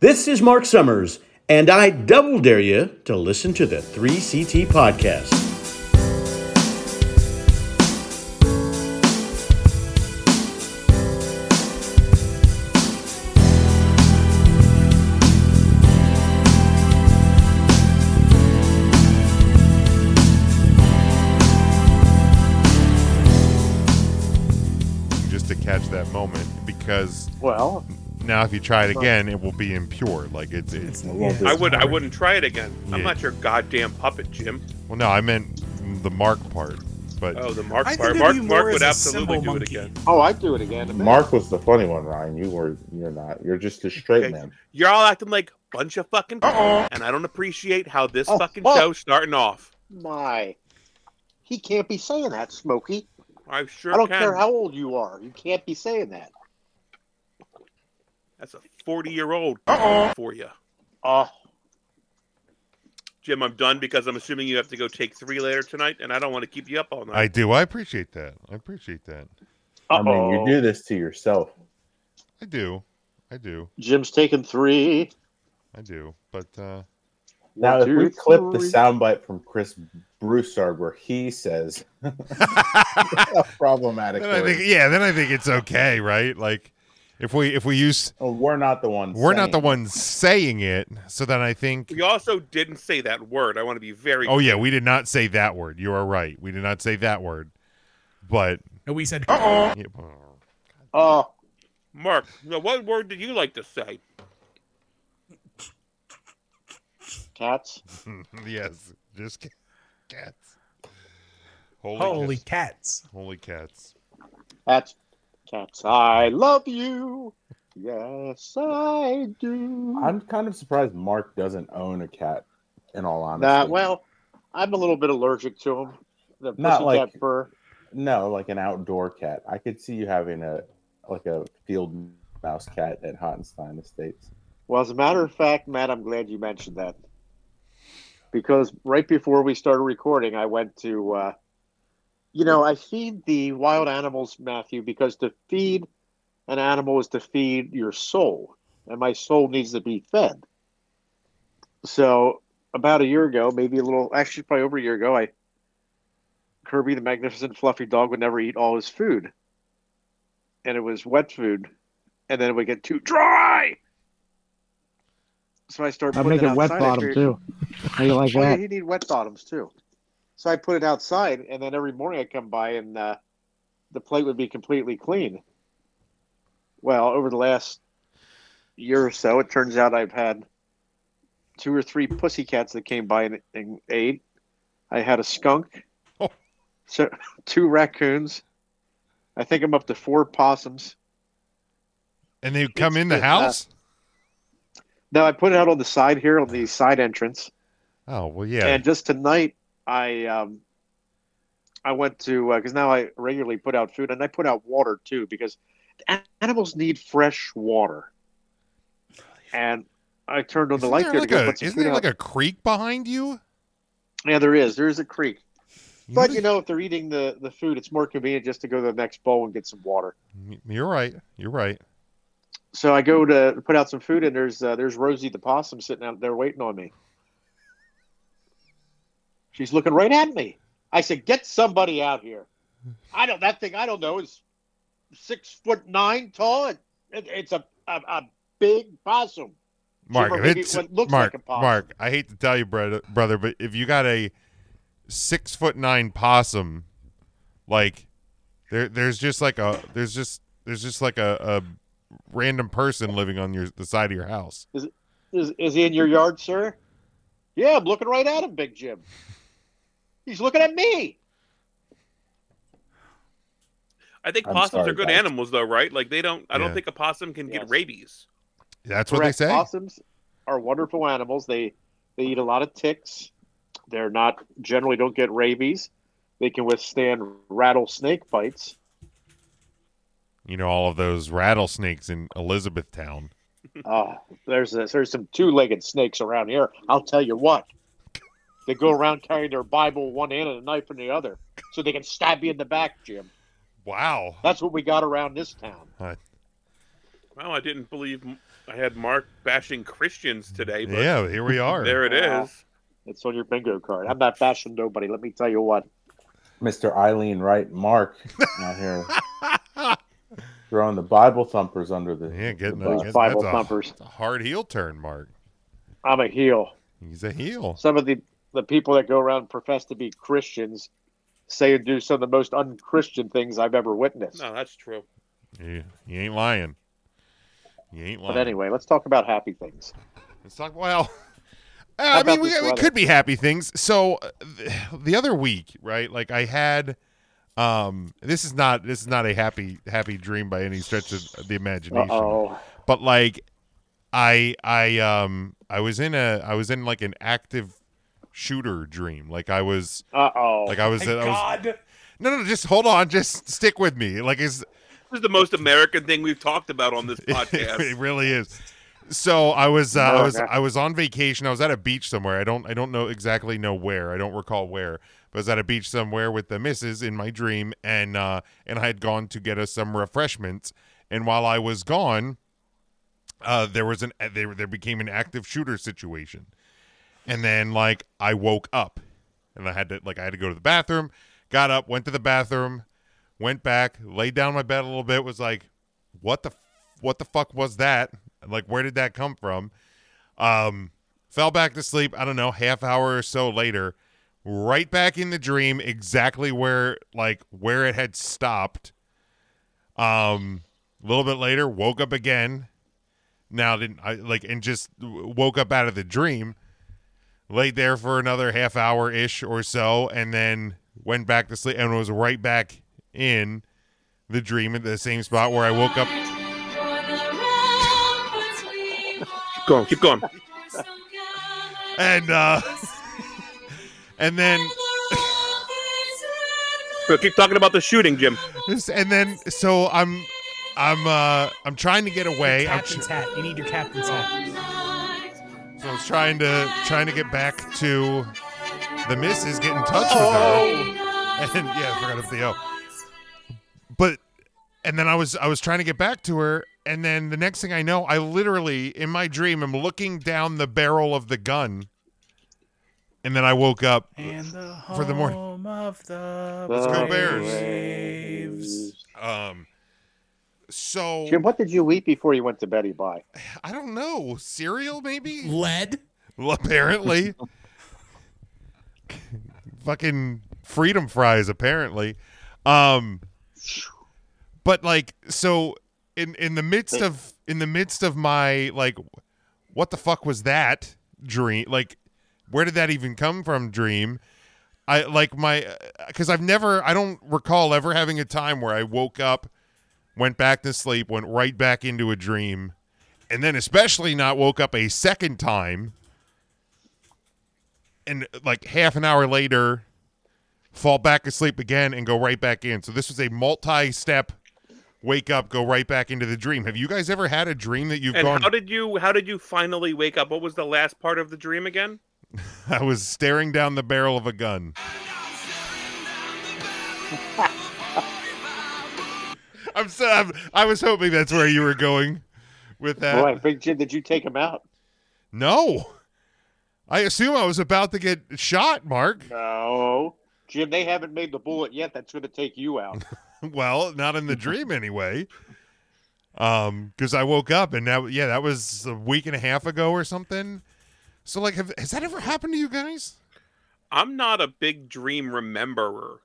This is Mark Summers, and I double dare you to listen to the 3CT podcast. just to catch that moment because Well, now if you try it again, it will be impure. Like it's it's I would I wouldn't try it again. I'm Yeah. not your goddamn puppet, Jim. well no, I meant the mark part, but Oh, the Mark I think part. of Mark you Mark more as would a absolutely symbol do monkey. it again. oh, I'd do it again. in a minute. Mark was the funny one, Ryan. You were you're not. You're just a straight Okay. man. You're all acting like bunch of fucking Uh-oh. and I don't appreciate how this Oh, fucking fuck. show's starting off. my, he can't be saying that, Smokey. I sure I don't can. care how old you are. You can't be saying that. That's a 40 year old Uh-oh. for you. Oh, Jim, I'm done because I'm assuming you have to go take three later tonight, and I don't want to keep you up all I night. do. I appreciate that. I appreciate that. uh I mean, you do this to yourself. I do. I do. Jim's taking three. I do. But uh Now, if One, we two, clip the three. soundbite from Chris Broussard where he says problematic, then I think word, yeah, then I think it's okay, right? Like if we if we use "Oh, we're not the ones. we're not the saying it." ones saying it, so then I think we also didn't say that word. I want to be very. Oh yeah, we did not say that word. You are right. We did not say that word. But And we said, yeah, Oh, Mark, now what word did you like to say? cats. yes, just ca- cats. Holy, holy cats. cats. holy cats! Cats. Cats. I love you. Yes, I do. I'm kind of surprised Mark doesn't own a cat. In all honesty, Nah, well, I'm a little bit allergic to them. The Not pussycat like- fur. no, like an outdoor cat. I could see you having a like a field mouse cat at Hottenstein Estates. Well, as a matter of fact, Matt, I'm glad you mentioned that because right before we started recording, I went to, uh, you know, I feed the wild animals, Matthew, because to feed an animal is to feed your soul, and my soul needs to be fed. So, about a year ago, maybe a little, actually, probably over a year ago, I Kirby, the magnificent fluffy dog, would never eat all his food, and it was wet food, and then it would get too dry. So I started. I putting make it wet outside. I bottom figured- too. How you like Oh, yeah, that? you need wet bottoms too. So I put it outside, and then every morning I come by, and uh, the plate would be completely clean. Well, over the last year or so, it turns out I've had two or three pussycats that came by and, and ate. I had a skunk, Oh. so two raccoons. I think I'm up to four possums. And they come in the it's, uh, house. Now I put it out on the side here on the side entrance. oh well, yeah. And just tonight, I um, I went to because now I regularly put out food and I put out water too because a- animals need fresh water. And I turned on the isn't light there there, like to go a, put some isn't food there out. like a creek behind you? yeah, there is. There is a creek, but You're- you know if they're eating the the food, it's more convenient just to go to the next bowl and get some water. you're right. You're right. So I go to put out some food and there's uh, there's Rosie the possum sitting out there waiting on me. She's looking right at me. I said, "Get somebody out here." I don't. That thing I don't know is six foot nine tall. It, it- it's a, a a big possum. Mark, Jim, if or maybe it's what looks Mark, like a possum. Mark. I hate to tell you, brother, brother, but if you got a six foot nine possum, like there, there's just like a, there's just, there's just like a, a random person living on your the side of your house. Is is he in your yard, sir? Yeah, I'm looking right at him, Big Jim. He's looking at me. I think I'm possums sorry, are good guys. animals, though, right? Like they don't. I don't Yeah. think a possum can Yes. get rabies. That's what they Correct. say. Possums are wonderful animals. They they eat a lot of ticks. They're not generally don't get rabies. They can withstand rattlesnake bites. You know all of those rattlesnakes in Elizabethtown. Oh, there's a, there's some two legged snakes around here. I'll tell you what. They go around carrying their Bible in one hand and a knife in the other, so they can stab you in the back, Jim. Wow. That's what we got around this town. Well, I didn't believe M- I had Mark bashing Christians today, but yeah, here we are. there it Wow. is. It's on your bingo card. I'm not bashing nobody. Let me tell you what. Mr. Eileen Wright Mark out here throwing the Bible thumpers under the yeah, getting the that. bus. Those that's Bible a- thumpers. that's a hard heel turn, Mark. I'm a heel. He's a heel. Some of the the people that go around and profess to be Christians say and do some of the most unchristian things I've ever witnessed. No, that's true. You, you ain't lying. You ain't lying. But anyway, let's talk about happy things. Let's talk. Well, uh, I mean, about we, this we weather? could be happy things. So uh, th- the other week, right? Like I had. Um, this is not this is not a happy happy dream by any stretch of the imagination. Oh, But like, I I um I was in a I was in like an active shooter dream. Like I was uh oh. like I was I was no no just hold on just stick with me. Like it's This is the most American thing we've talked about on this it, podcast. really is. So I was uh, I was America. I was on vacation. I was at a beach somewhere. I don't I don't know exactly know where. I don't recall where. But I was at a beach somewhere with the missus in my dream, and uh, and I had gone to get us some refreshments. And while I was gone, uh, there was an there there became an active shooter situation, and then like I woke up, and I had to like I had to go to the bathroom. Got up, went to the bathroom, went back, laid down on my bed a little bit. Was like, what the what the fuck was that? Like, where did that come from? Um, fell back to sleep. I don't know, half hour or so later, right back in the dream, exactly where like where it had stopped. Um, a little bit later, woke up again. Now didn't I like and just w- woke up out of the dream, laid there for another half hour ish or so, and then went back to sleep and was right back in the dream at the same spot where I woke up Keep going. Keep going. and uh and then But keep talking about the shooting, Jim. and then so i'm i'm uh i'm trying to get away I'm tr- captain's hat. You need your captain's hat. so i was trying to trying to get back to the missus get in touch with her and yeah i forgot about the o but and then i was i was trying to get back to her and then the next thing i know i literally in my dream am looking down the barrel of the gun and then i woke up And the home For the morning. of the Let's go Bears. Braves. um so Jim, what did you eat before you went to Betty Bye? I don't know. Cereal, maybe? Lead. Well, apparently. Fucking freedom fries, apparently. Um But like so in in the midst of in the midst of my like what the fuck was that dream? Like where did that even come from dream? I like my because I've never I don't recall ever having a time where I woke up, went back to sleep, went right back into a dream, and then especially not woke up a second time, and like half an hour later, fall back asleep again and go right back in. So this was a multi-step wake up, go right back into the dream. Have you guys ever had a dream that you've And gone? how did you? How did you finally wake up? What was the last part of the dream again? I was staring down the barrel of a gun. I'm so I'm, I was hoping that's where you were going with that. Boy, Big Jim, did you take him out? No, I assume I was about to get shot, Mark. No. Jim, they haven't made the bullet yet. That's going to take you out. Well, not in the dream anyway. Um, because I woke up and that yeah, that was a week and a half ago or something. So like, have, has that ever happened to you guys? I'm not a big dream rememberer.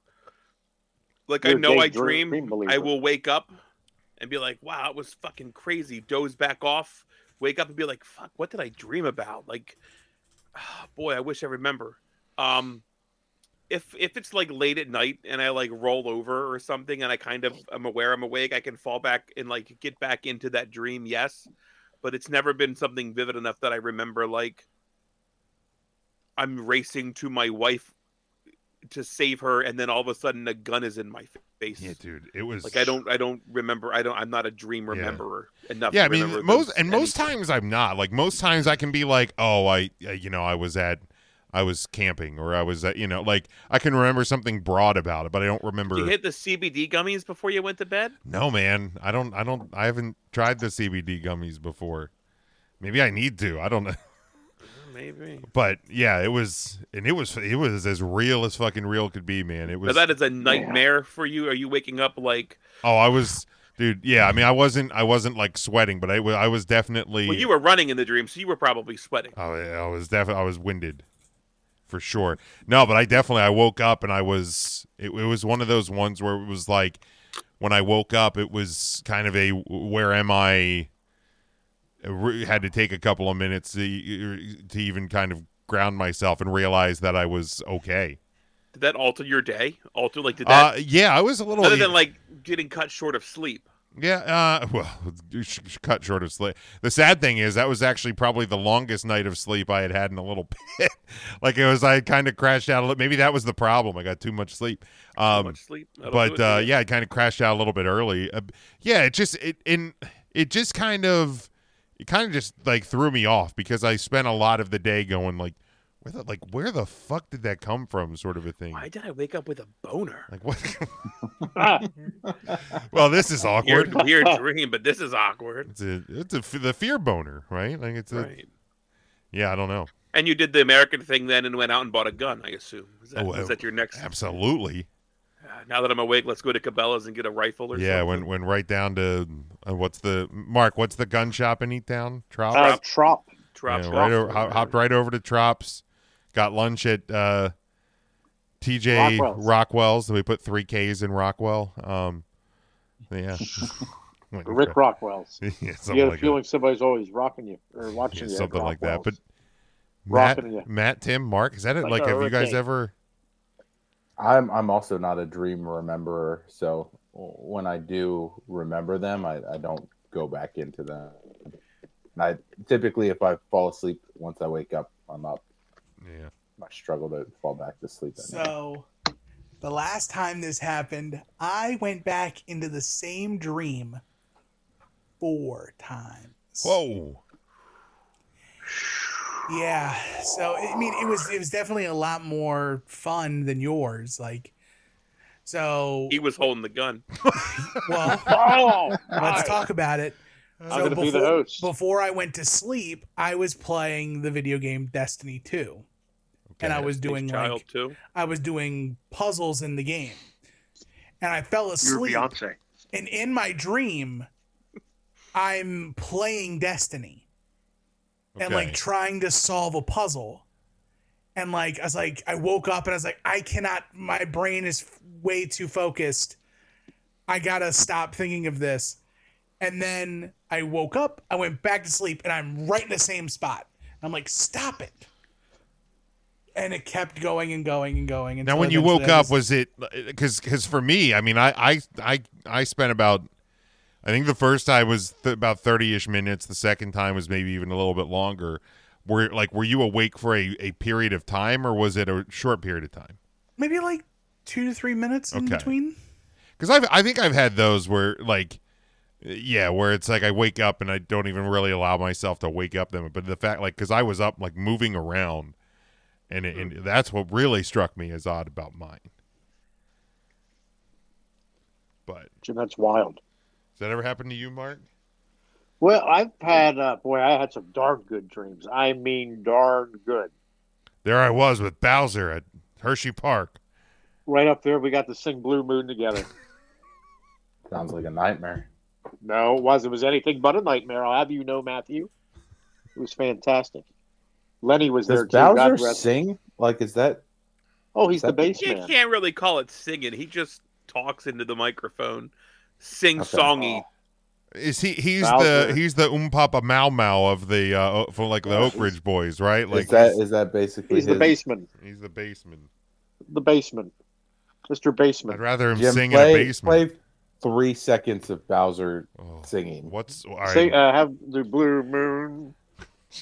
Like You're I a know big I dream- dream, dream believer. I will wake up and be like, "Wow, it was fucking crazy." Doze back off, wake up and be like, "Fuck, what did I dream about?" Like, ah, boy, I wish I remember. Um, if if it's like late at night and I like roll over or something and I kind of I'm aware I'm awake, I can fall back and like get back into that dream. Yes, but it's never been something vivid enough that I remember like I'm racing to my wife to save her and then all of a sudden a gun is in my face. dude, it was like I don't I don't remember I don't I'm not a dream Yeah. rememberer enough. yeah to i mean remember most those- and most any- times i'm not like most times i can be like oh i uh, you know i was at i was camping or i was at you know like i can remember something broad about it but i don't remember you hit the CBD gummies before you went to bed? no man i don't i don't i haven't tried the cbd gummies before Maybe I need to. I don't know. Maybe. But yeah, it was, and it was, it was as real as fucking real could be, man. It Now was. that is a nightmare for you. Are you waking up like? Oh, I was, dude. Yeah, I mean, I wasn't, I wasn't like sweating, but I was, I was definitely. Well, you were running in the dream, so you were probably sweating. I, Oh, I was definitely, I was winded, for sure. No, but I definitely, I woke up and I was. It, it was one of those ones where it was like, when I woke up, it was kind of a where am I. I re- had to take a couple of minutes to, to even kind of ground myself and realize that I was okay. Did that alter your day? Alter like did that? uh, yeah, I was a little. other than like getting cut short of sleep. Yeah, uh, well, you sh- sh- cut short of sleep. The sad thing is that was actually probably the longest night of sleep I had had in a little bit. like it was, I kind of crashed out a little. Maybe that was the problem. I got too much sleep. Too Um, much sleep. That'll do it but to uh, you. yeah, I kind of crashed out a little bit early. Uh, yeah, it just it in it just kind of it kind of just like threw me off because I spent a lot of the day going like where the like where the fuck did that come from? Sort of a thing. Why did I wake up with a boner? Like what? well, this is awkward. Weird, weird dream, but this is awkward. It's a it's a f- the fear boner, right? Like it's a, Right. yeah. I don't know. And you did the American thing then and went out and bought a gun, I assume. Is that, Oh, is uh, that your next? Absolutely. Uh, now that I'm awake, let's go to Cabela's and get a rifle or Yeah. When something. when right down to uh, what's the Mark? What's the gun shop in Eattown? Trops. Uh, Trop. yeah, Trops Golf right or over, hop, whatever. hopped right over to Trops. Got lunch at uh, TJ Rockwell's. Rockwell's. We put three Ks in Rockwell. Um, yeah. Like, Rick Rockwell's. yeah, something you get a like that. feeling somebody's always rocking you or watching Yeah, you. at something like that. But Rockwell's. Matt, Rocking ya. Matt, Tim, Mark, is that it? Like Like, a have you guys hurricane. ever? I'm I'm also not a dream rememberer, so when I do remember them, I, I don't go back into them. And I typically, if I fall asleep once I wake up, I'm up. Yeah. I struggle to fall back to sleep. At night. So, the last time this happened, I went back into the same dream four times. Whoa. Yeah. So I mean, it was it was definitely a lot more fun than yours. Like, so He was holding the gun. well, Oh, let's my. talk about it. So I'm gonna be the host. Before I went to sleep, I was playing the video game Destiny Two, and I Okay. was doing His child like too. I was doing puzzles in the game, and I fell asleep. Beyonce. And in my dream, I'm playing Destiny and like Okay. trying to solve a puzzle. And like I was like I woke up and I was like I cannot my brain is f- way too focused. I got to stop thinking of this. And then I woke up, I went back to sleep and I'm right in the same spot. I'm like stop it. And it kept going and going and going. Now, until when you eventually woke I up, was it because because for me, I mean, I I I I spent about I think the first time was th- about thirty ish minutes. The second time was maybe even a little bit longer. Were like were you awake for a, a period of time or was it a short period of time? maybe like 2 to 3 minutes in Okay. between? Because I I think I've had those where like yeah where it's like I wake up and I don't even really allow myself to wake up them. But the fact like because I was up like moving around, and it, Mm. and that's what really struck me as odd about mine. But Jim, that's wild. Has that ever happened to you, Mark? Well, I've had, uh, boy, I had some darn good dreams. I mean, darn good. There I was with Bowser at Hershey Park. Right up there, we got to sing Blue Moon together. Sounds like a nightmare. No, it wasn't. It was anything but a nightmare. I'll have you know, Matthew. It was fantastic. Lenny was Does there too. God Bowser rest- sing? Like, is that? Oh, he's the That- bass You man. can't really call it singing. He just talk into the microphone, sing Okay. songy. Oh. Is he? He's Bowser. the he's the um papa mau mau of the uh, o- from like the Oak Ridge Boys, right? Like is that he's, is that basically He's the his- baseman. he's the baseman. The baseman. Mr. I'd Baseman. rather him Jim, sing play, in a basement. play three seconds of Bowser Oh, singing. what's all right? Say, uh, have the blue moon.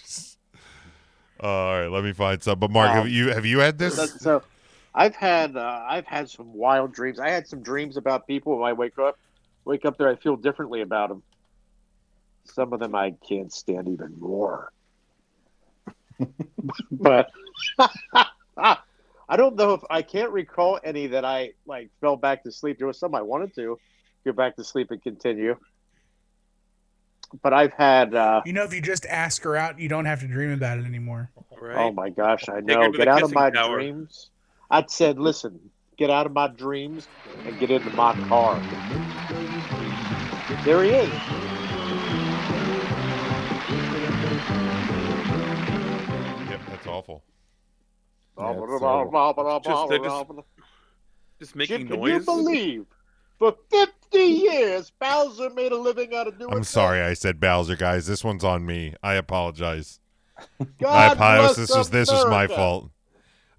Uh, all right, let me find some. But Mark, have Um, you have you had this? So, so I've had uh, I've had some wild dreams. I had some dreams about people when I wake up. Wake up there, I feel differently about them. Some of them I can't stand even more. but I don't know if I can't recall any that I like fell back to sleep. There was some I wanted to go back to sleep and continue. but I've had. Uh, You know, if you just ask her out, you don't have to dream about it anymore. Right? Oh my gosh, I Take her know. to Get the out of kissing my tower. dreams. I said, listen, get out of my dreams and get into my car. There he is. uh, Yep, that's awful. it's Just- they're just Just making Jim, can you noise. believe? For 50 years, Bowser made a living out of doing I'm sorry I said Bowser, guys. This one's on me. I apologize. I God apologize. bless This was this was my America. fault.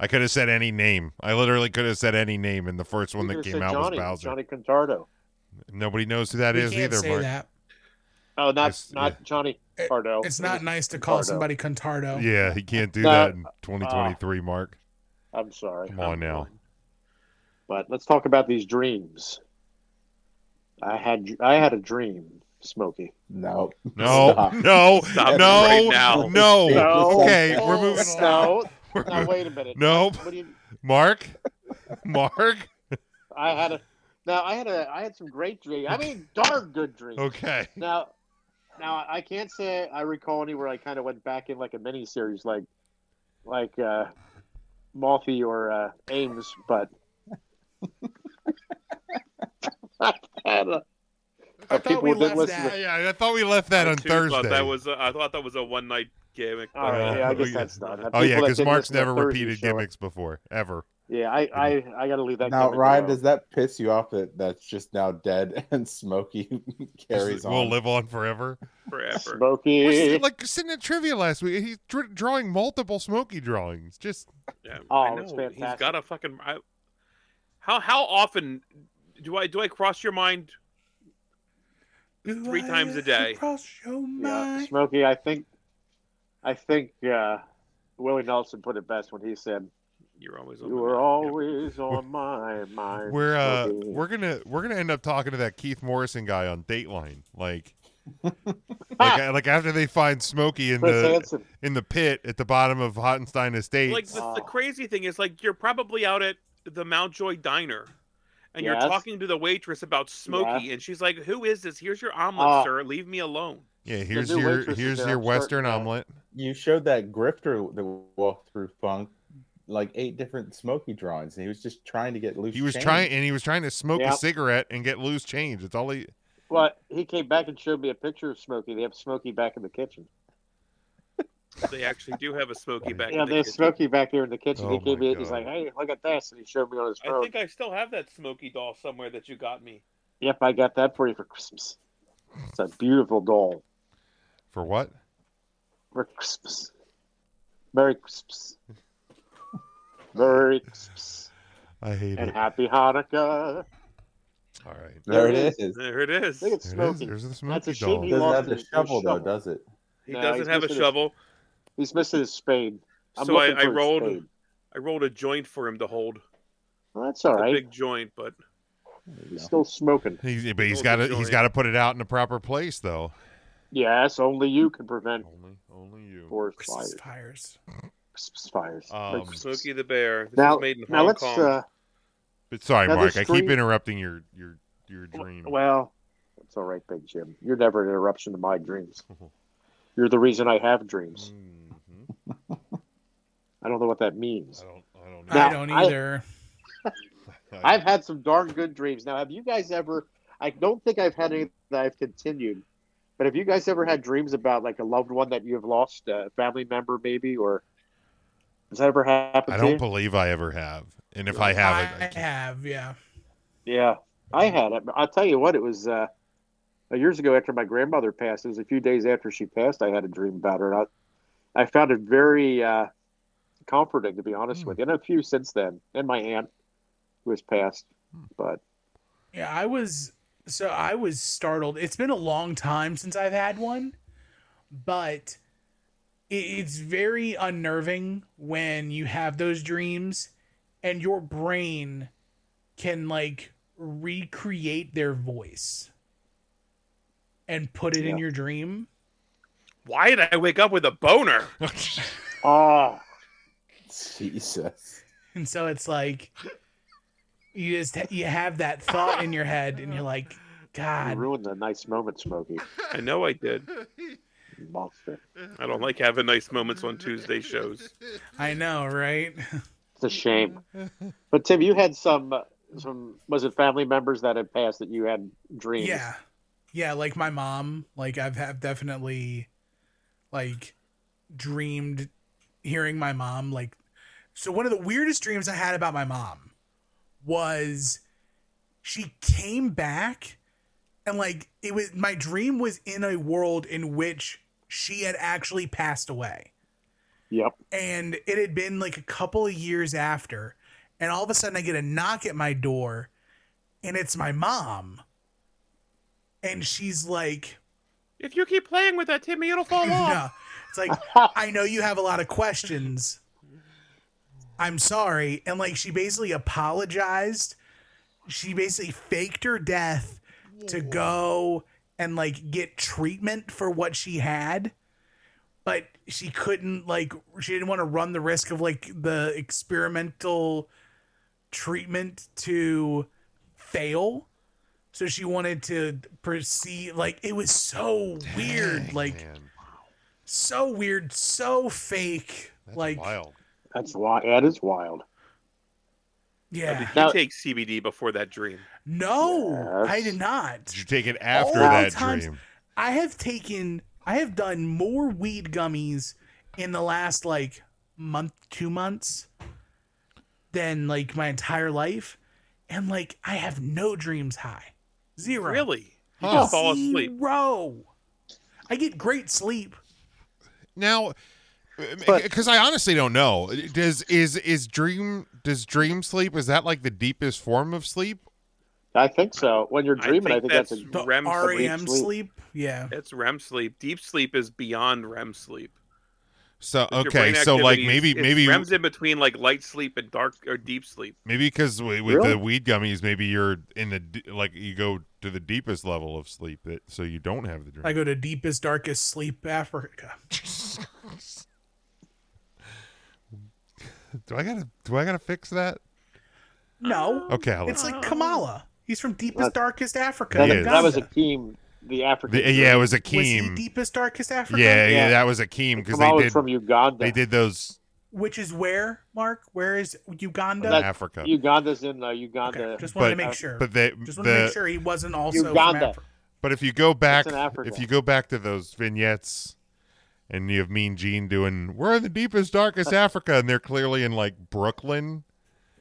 I could have said any name. I literally could have said any name, and the first one You that could've came said out was Johnny, Bowser. Johnny Contardo. Nobody knows who that We is can't either, say Mark. that. Oh, not It's- not Johnny It- Cardo. It's not nice to call Contardo. somebody Contardo. Yeah, he can't do No, that in uh, 2023, Mark. I'm sorry. Come on now. But let's talk about these dreams. I had I had a dream, Smokey. No. No, Stop. no, Stop no, right now. no. No. Okay, Oh, we're moving. stop. No, We're now wait a minute. No, What do you, Mark, Mark. I had a now I had a I had some great dreams. I mean, darn good dreams. Okay. Now, now I can't say I recall any where I kind of went back in like a mini series, like like uh, Malfi or uh, Ames, but I've had a- I Uh, thought people we didn't left listen that. to- Yeah, I thought we left that I on too Thursday. Thought that was a, I thought that was a one night gimmick. uh, all Oh, right, yeah, I guess yeah. that's not. oh yeah, because Mark's never repeated gimmicks before, ever. Yeah, I I, I got to leave that. Now, gimmick Ryan, alone. does that piss you off that that's just now dead and Smokey carries on? We'll live on forever. forever. We're Smokey. s- like sitting at trivia last week. He's dr- drawing multiple Smokey drawings. Just Yeah, Oh, I know. it's He's fantastic. got a fucking. I, how how often do I do I cross your mind? Do Three I times a ever day. cross your Yeah, mind? Smokey, I think, I think uh, Willie Nelson put it best when he said, You're always on. "You the were map. always on my mind." we're uh, Smokey." we're gonna we're gonna end up talking to that Keith Morrison guy on Dateline. Like, like, uh, like after they find Smokey in Chris the Hansen. in the pit at the bottom of Hottenstein Estates. Like the, the Oh. crazy thing is, like you're probably out at the Mountjoy Diner, and Yes. you're talking to the waitress about Smokey, and she's like, "Who is this? Here's your omelet, Ah. sir. Leave me alone." yeah, here's new your waitress is here's there, your I'm Western certain of that. uh, omelet. You showed that grifter that walked through funk like eight different Smokey drawings, and he was just trying to get loose. He was change. trying and he was trying to smoke a Yep. cigarette and get loose change. It's all he. Well, he came back and showed me a picture of Smokey. They have Smokey back in the kitchen. They actually do have a Smokey back. Yeah, in the they have kitchen. Smokey back there in the kitchen. Oh he gave my me. He's God. like, "Hey, look at this," and he showed me on his I phone. think I still have that Smokey doll somewhere that you got me. Yep, I got that for you for Christmas. It's a beautiful doll For what? for Christmas. Merry Christmas. Merry Christmas I hate and it. Happy Hanukkah. All right. There it is. There it is. Look at There it is. Smokey. There's the That's Smokey a shame doll. he doesn't lost have the his- his shovel, though, shovel. does it? He No, he's doesn't have a missing his- shovel, He's missing his spade. I'm so I, looking I for his rolled. spade. I rolled a joint for him to hold. Well, that's all It's right. A big joint, but He's still smoking. He's, but he's Little got to he's joint. got to put it out in the proper place though. Yes, only you can prevent Only only you. forest Christmas fires. fires. Christmas fires. Oh Um, Christmas. Smokey the Bear. This now, is made in now Hong let's. Kong. Uh, But sorry, Now, Mark. this I keep dream- interrupting your your your dream. Well, it's all right, Big Jim. You're never an interruption to my dreams. You're the reason I have dreams. Mhm. I don't know what that means. I don't I don't I Now, don't I- either. know. I've had some darn good dreams. Now, have you guys ever? I don't think I've had any that I've continued, but have you guys ever had dreams about like a loved one that you have lost, a family member maybe, or has that ever happened? I to don't you? believe I ever have. And if I have, I it, I can't. have, yeah. Yeah, I had it. I'll tell you what, it was uh, years ago after my grandmother passed. It was a few days after she passed. I had a dream about her, and I, I found it very uh, comforting, to be honest Hmm. with you. And a few since then, and my aunt who has passed. Hmm. But Yeah, I was so I was startled. It's been a long time since I've had one, but it, it's very unnerving when you have those dreams and your brain can like recreate their voice and put it in Yeah. your dream. Why did I wake up with a boner? ah, Jesus. And so it's like you just you have that thought in your head and you're like You God. ruined the nice moment, Smokey. I know I did. Monster. I don't like having nice moments on Tuesday shows. I know, right? It's a shame. Mm-hmm. But Tim, you had some uh, some was it family members that had passed that you had dreams? Yeah. Yeah, like my mom, like I've have definitely like dreamed hearing my mom like so one of the weirdest dreams I had about my mom was she came back and like it was my dream was in a world in which she had actually passed away Yep. and it had been like a couple of years after and all of a sudden i get a knock at my door and it's my mom and she's like If you keep playing with that, Timmy, it'll fall off. no. it's like i know you have a lot of questions i'm sorry and like she basically apologized she basically faked her death to go and like get treatment for what she had but she couldn't like she didn't want to run the risk of like the experimental treatment to fail so she wanted to proceed like it was so weird Dang, like man. so weird, so fake. That's like, wild. That's wild. That is wild. Now, Did yeah, you Now- take CBD before that dream? no, Yes. I did not. Did you take it after All that times- dream? I have taken, I have done more weed gummies in the last like month, two months than like my entire life, and like I have no dreams high, zero, Really? Huh. just fall asleep. zero. I get great sleep. Now, But- because I honestly don't know. Does is is dream does dream sleep is that like the deepest form of sleep? I think so. When you're dreaming, I think, that's, a, The E REM sleep. REM sleep. sleep, yeah. That's REM sleep. Deep sleep is beyond REM sleep. So Your okay, brain so like activity is- maybe it's maybe REM's in between like light sleep and dark or deep sleep. maybe because with Really? the weed gummies, maybe you're in the d- like you go to the deepest level of sleep, that, so you don't have the dream. I go to deepest, darkest sleep, Africa. do I gotta do I gotta fix that? No, Okay, I'll It's like Kamala. He's from deepest, That- darkest Africa. that, Oh, He is. that was a Uganda. team. The African. The- yeah, it was Was he Akeem. deepest, darkest Africa? yeah, yeah, Yeah. that was Akeem because they Kamala did from Uganda. they did those Which is where, Mark? Where is Uganda? in That- Africa, Uganda's in uh, okay, Uganda. just wanted but to make sure. but they just wanted to the, make sure he wasn't also Uganda. From Africa. But if you go back, in Africa. if you go back to those vignettes, and you have Mean Gene doing "We're in the deepest, darkest Africa," and they're clearly in like Brooklyn.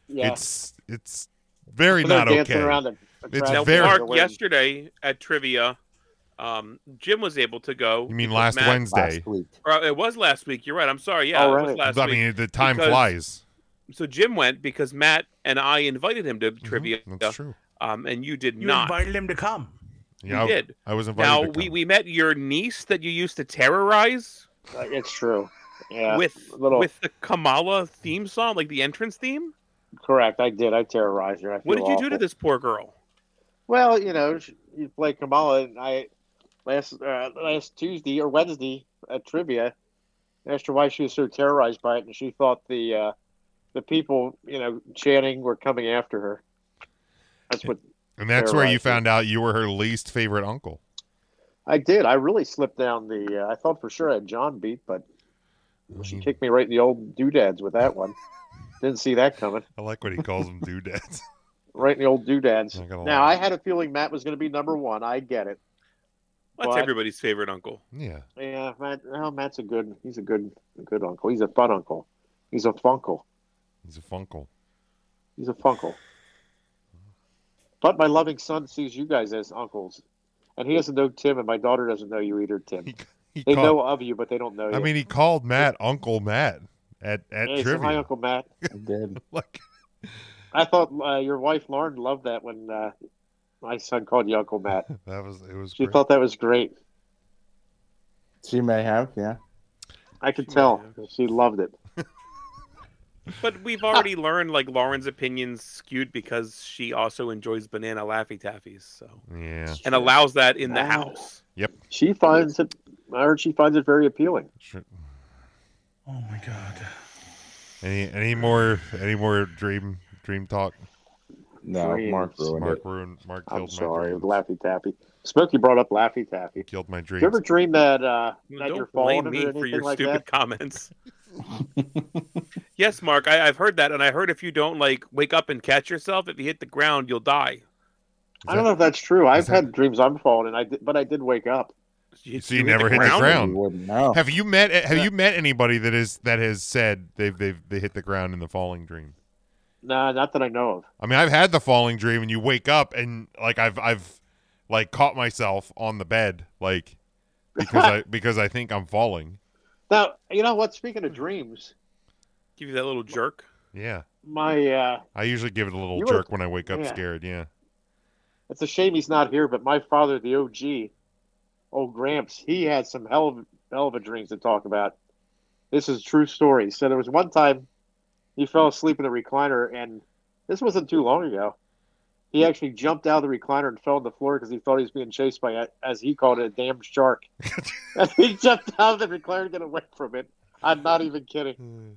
yeah. It's it's very When they're not dancing okay. around a- a It's Now, traffic very- light, Mark, they're wearing- yesterday at trivia, um, Jim was able to go. you mean because last Matt- Wednesday? Last week. Or it was last week. You're right. I'm sorry. Yeah, Oh, it was right. last I week. mean, the time because- flies. so Jim went because Matt and I invited him to trivia, Mhm, That's true. um, and you did You not. invited him to come. Yeah, I, we did. I was invited. Now to we, come. we met your niece that you used to terrorize Uh, It's true. Yeah. with little- with the Kamala theme song, like the entrance theme. Correct. I did. I terrorized her. I What feel did you do to awful. this poor girl? Well, you know, sh- you play Kamala, and I last uh, last Tuesday or Wednesday at trivia I asked her why she was so terrorized by it, and she thought the uh, the people you know chanting were coming after her. That's what and that's where you terrorized her. found out you were her least favorite uncle. I did. I really slipped down the. Uh, I thought for sure I had John beat, but Mm-hmm. she kicked me right in the old doodads with that one. Didn't see that coming. I like what he calls them doodads. Right in the old doodads. Not gonna Now lie. I had a feeling Matt was going to be number one. I get it. That's What? everybody's favorite uncle. yeah, Yeah, Matt. Oh, Matt's a good. He's a good, a good uncle. He's a fun uncle. He's a funkle. he's a funkle. He's a funkle. But my loving son sees you guys as uncles, and he doesn't know Tim, and my daughter doesn't know you either, Tim. He, he They called, know of you, but they don't know you. I mean, he called Matt Uncle Matt at at hey, so trivia. hi, Uncle Matt. I did. like I thought uh, your wife Lauren loved that when uh, my son called you Uncle Matt. that was it was She great. thought that was great. She may have, yeah. I could tell she loved it. But we've already learned like Lauren's opinions skewed because she also enjoys banana laffy taffies, so yeah and allows that in the Wow. house. She finds it. I heard she finds it very appealing. sure. Oh my god. any any more any more dream dream talk No, Dreams. Mark ruined Mark it. ruined. Mark killed I'm my sorry, dreams. Laffy Taffy. Smokey brought up Laffy Taffy. Killed my Did dreams. you ever dream that uh, You that don't you're blame falling me or for anything your like stupid that? comments. yes, Mark, I, I've heard that, and I heard if you don't like wake up and catch yourself, if you hit the ground, you'll die. I don't know if that's true. I've that- had dreams I'm falling, and I did, but I did wake up. So you never hit the Ground. You wouldn't Oh. know. Have you met Have you met anybody that is that has said they've they've they hit the ground in the falling dream? Nah, not that I know of. I mean, I've had the falling dream, and you wake up and like I've I've like caught myself on the bed like because I because I think I'm falling. Now, you know what? Speaking Hmm. of dreams, Give you that little jerk. Yeah, my uh, I usually give it a little You were- jerk when I wake up yeah. scared. Yeah, it's a shame he's not here, but my father, the OG, old Gramps, he had some hell of, hell of a dreams to talk about. This is a true story. So there was one time he fell asleep in a recliner, and this wasn't too long ago. He actually jumped out of the recliner and fell on the floor because he thought he was being chased by, a, as he called it, a damn shark. and he jumped out of the recliner to get away from it. I'm not even kidding.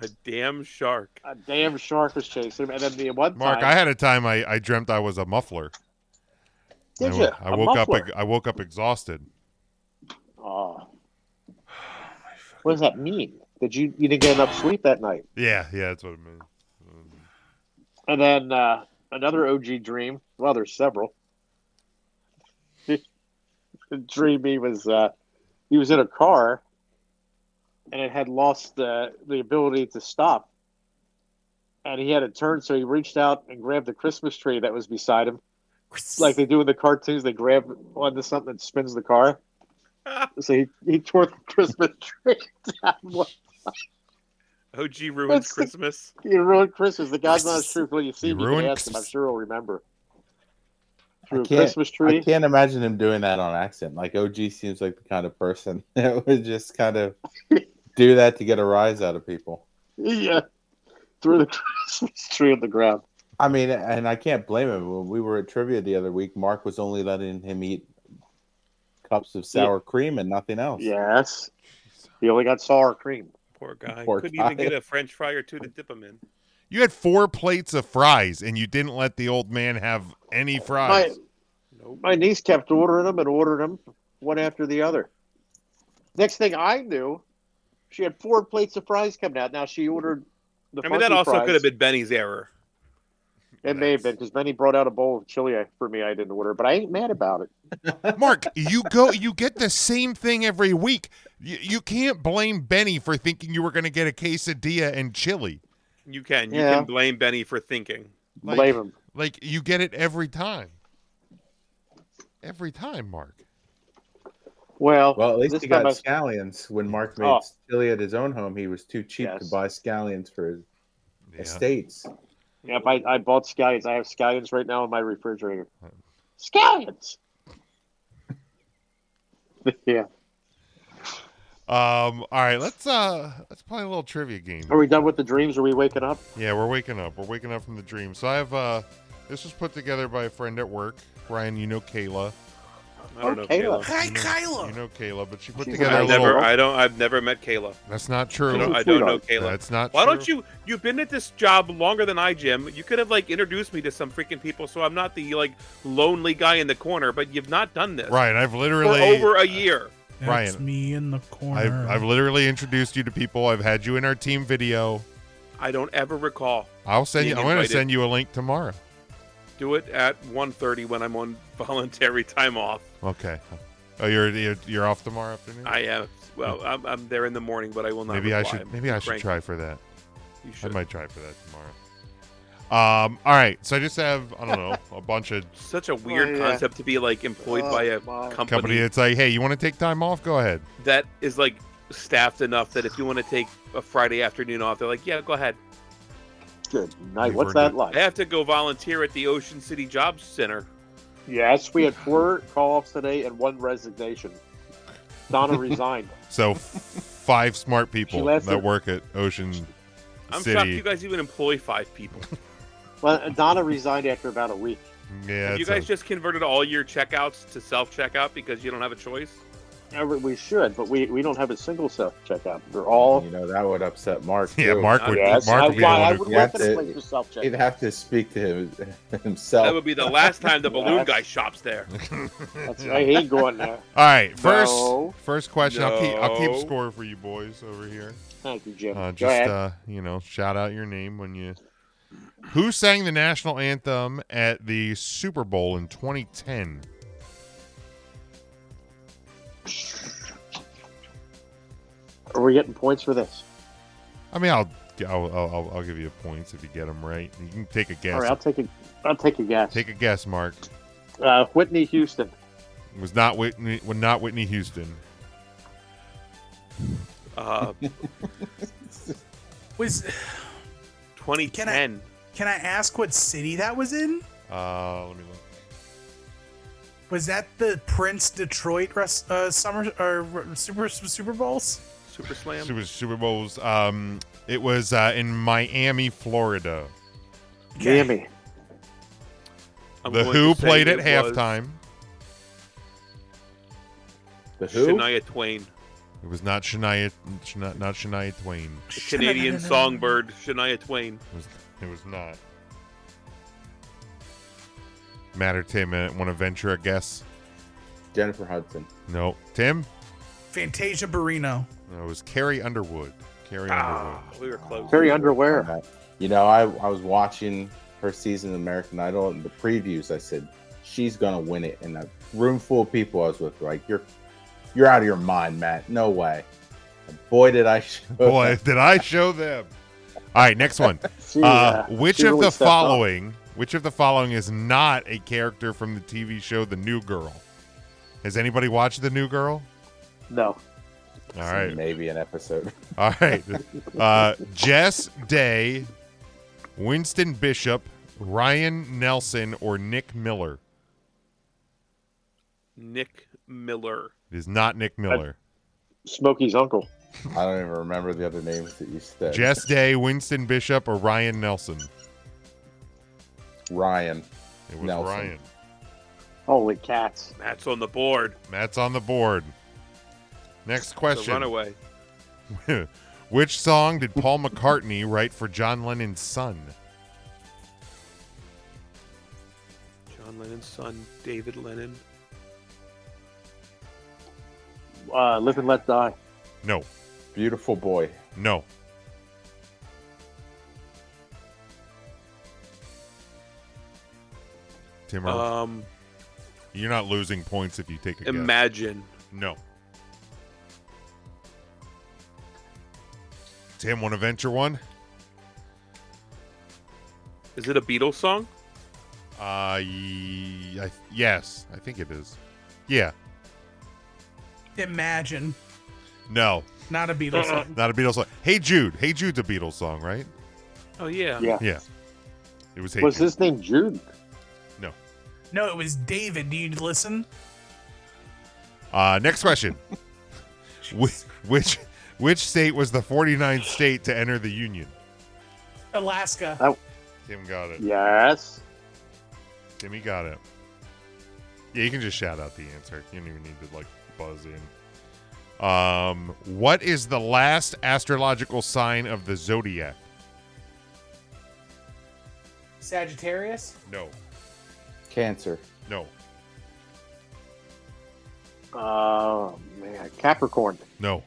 A damn shark. A damn shark was chasing him. And then the one Mark, I time, had a time I I dreamt I was a muffler. I did wo- you? I A woke muffler. up. ex- I woke up exhausted. Oh. What does that mean? Did you you didn't get enough sleep that night? Yeah, yeah, that's what I mean. And then uh, another OG dream. Well, there's several. the dream he was uh, he was in a car, and it had lost the the ability to stop. And he had to turn, so he reached out and grabbed the Christmas tree that was beside him, like they do in the cartoons. They grab onto something and spins the car. So he, he tore the Christmas tree down one OG ruins What's the- Christmas. You ruined Christmas. The guy's not as truthful as you see. You You, you can ruined ask him. I'm Christmas. sure he'll remember. I Through a can't- Christmas I tree. can't imagine him doing that on accident. Like OG seems like the kind of person that would just kind of do that to get a rise out of people. Yeah. Through the Christmas tree on the ground. I mean, and I can't blame him. When we were at trivia the other week, Mark was only letting him eat cups of sour cream and nothing else. Yes. He only got sour cream. Poor guy. Poor Couldn't guy. even get a French fry or two to dip him in. You had four plates of fries, and you didn't let the old man have any My, fries. my niece kept ordering them and ordering them one after the other. Next thing I knew, she had four plates of fries coming out. Now she ordered the I mean, that funky also fries. could have been Benny's error. It may have been because Benny brought out a bowl of chili for me I didn't order, but I ain't mad about it. Mark, you go. You get the same thing every week. You, you can't blame Benny for thinking you were going to get a quesadilla and chili. You can. You Yeah. can blame Benny for thinking. Like- Blame him. Like you get it every time. Every time, Mark. Well, Well, at least this he got time I- scallions. When Mark made Oh. chili at his own home, he was too cheap to Yes. buy scallions for his Yeah. estates. Yep, I, I bought scallions. I have scallions right now in my refrigerator. Scallions. yeah. Um. All right. Let's uh. Let's play a little trivia game. Are we done with the dreams? Are we waking up? Yeah, we're waking up. We're waking up from the dream. So I have uh. This was put together by a friend at work, Brian. You know Kayla. I don't know, Okay, Kayla. Hi, You know- Kyla. You know Kayla, but she put She's together a I've little. never. I don't. I've never met Kayla. That's not I true. don't, She's a I don't know sweetheart. Kayla. That's not. Why true. don't you? You've been at this job longer than I, Jim. You could have like introduced me to some freaking people, so I'm not the like lonely guy in the corner. But you've not done this Ryan, I've for literally over a year. That's Ryan, me in the I've, corner. I've literally introduced you to people. I've had you in our team video. I don't ever recall. I'll send you. Being I'm going to invited. send you a link tomorrow. Do it at 1.30 when I'm on voluntary time off. Okay. Oh, you're you're, you're off tomorrow afternoon. I am. Well, I'm, I'm there in the morning, but I will not. Hmm. maybe I reply. should. I'm Maybe I should cranky. try for that. You I should. might try for that tomorrow. Um. All right. So I just have I don't know a bunch of Such a weird Oh, yeah. Oh. concept to be like employed by a my. company, company that's like, hey, you want to take time off? Go ahead. that is like staffed enough that if you want to take a Friday afternoon off, they're like, yeah, go ahead. Good night. We've What's earned that it. like? I have to go volunteer at the Ocean City Jobs Center. Yes, we had four call-offs today and one resignation. Donna resigned. So f- five smart people left that it- work at Ocean I'm shocked City. you guys even employ five people. Well, uh, Donna resigned after about a week. yeah. Have you it's a- guys just converted all your checkouts to self checkout because you don't have a choice? Ever, we should, but we, we don't have a single self checkout. They're all. You know that would upset Mark. Yeah, too. Mark would. Yes, Mark I, would be the why- I one. would Who, Yeah, love it- to place yourself He'd checkout. have to speak to him, himself. That would be the last time the balloon Yes. guy shops there. That's, I hate going there. All right, first No. first question. I'll keep I'll No. keep score for you boys over here. Thank you, Jim. Uh, Go ahead. just uh, you know, shout out your name when you. Who sang the national anthem at the Super Bowl in 2010? Are we getting points for this? I mean, I'll I'll, I'll, I'll- I'll give you points if you get them right. You can take a guess. All right, I'll take a, I'll take a guess. Take a guess, Mark. uh, Whitney Houston. It was not Whitney. Was not Whitney Houston. Uh, Was 2010. can I ask what city that was in? Uh, let me look. Was that the Prince Detroit rest, uh, summer or r- Super Super Bowls? Super Slam. Super Super Bowls. Um, it was uh, in Miami, Florida. Miami. I'm the going to Who say played at it was halftime. the who? Shania Twain, It was not Shania, Shania not Shania Twain. the Canadian songbird Shania Twain. It was, it was not. Matter, Tim. uh, Want to venture a guess? Jennifer Hudson. No, Tim. Fantasia Barrino. No, it was Carrie Underwood. Carrie Ah, Underwood. we were close. Carrie Underwear. Uh, You know, I, I was watching her season of American Idol and the previews. I said she's gonna win it, and a room full of people I was with were like, "You're, you're out of your mind, Matt. No way." And boy, did I show. Boy, did I show them! All right, next one. She, Uh, uh, which she of really the stepped up. following? Which of the following is not a character from the TV show The New Girl? Has anybody watched The New Girl? No. All right, maybe an episode. All right. Uh, Jess Day, Winston Bishop, Ryan Nelson, or Nick Miller? Nick Miller. It is not Nick Miller. Smokey's uncle. I don't even remember the other names that you said. Jess Day, Winston Bishop, or Ryan Nelson? Ryan. It was Nelson. Ryan. Holy cats. Matt's on the board. Matt's on the board. Next It's a question. runaway. Which song did Paul McCartney write for John Lennon's son? John Lennon's son, David Lennon. Uh, live and let die. No, Beautiful boy. no. Tim, Earl, Um, you're not losing points if you take a guess. imagine. No. Tim, want to venture one? Is it a Beatles song? Uh, ye- I, yes, I think it is. Yeah. Imagine, No, not a Beatles song. not a Beatles song. Hey Jude. Hey Jude's a Beatles song, right? Oh yeah. Yeah. Yeah. It was Hey Was Jude. his name Jude? No, it was David. Do you listen? Uh, next question. which, which which state was the 49th state to enter the Union? Alaska. Tim got it. Yes. Timmy got it. Yeah, you can just shout out the answer. You don't even need to like buzz in. Um, what is the last astrological sign of the zodiac? Sagittarius. No, Cancer. no, Oh, man. Capricorn. no,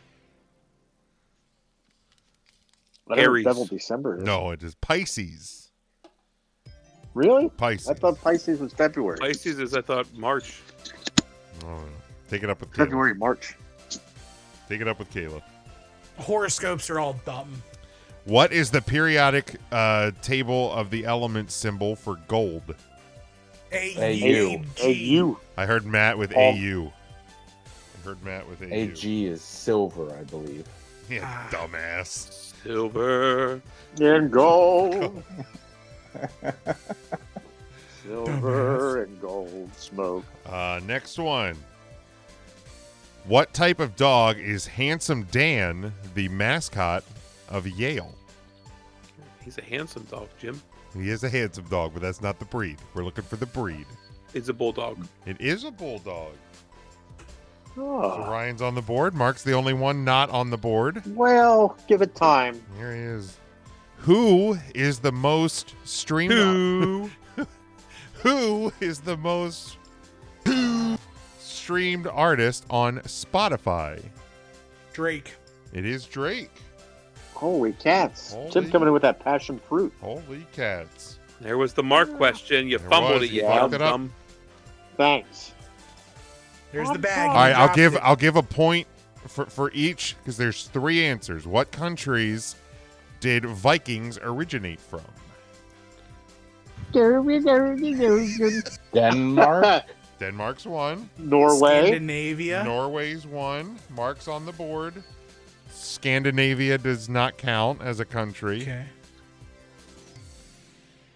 Whatever Aries. Devil December. is. no. It is Pisces. Really? Pisces. I thought Pisces was February. Pisces is I thought March. Oh, Take it up with Kayla. February, March. Take it up with Kayla. Horoscopes are all dumb. What is the periodic uh, table of the element symbol for gold? A U. U Hey, G. you. I heard Matt with Oh. AU. I heard Matt with AU. AG is silver, I believe. Yeah, Ah. dumbass. Silver. And gold. Silver and gold smoke. Uh, next one. What type of dog is Handsome Dan, the mascot of Yale? He's a handsome dog, Jim. He is a handsome dog, but that's not the breed. We're looking for the breed. He's a bulldog. It is a bulldog. So Oh, Ryan's on the board. Mark's the only one not on the board. well, give it time. Here he is. Who is the most streamed? Who? Who is the most streamed artist on Spotify? Drake. It is Drake. Holy cats! Holy- Tim coming in with that passion fruit. Holy cats! There was the mark question. You There fumbled was. it. You You fucked it up. dumb. Thanks. Here's the I'm bag. sorry. All right, I'll Dropped give it. I'll give a point for for each because there's three answers. What countries did Vikings originate from? Denmark. Denmark's one. Norway. Scandinavia. Norway's one. Mark's on the board. Scandinavia does not count as a country. Okay.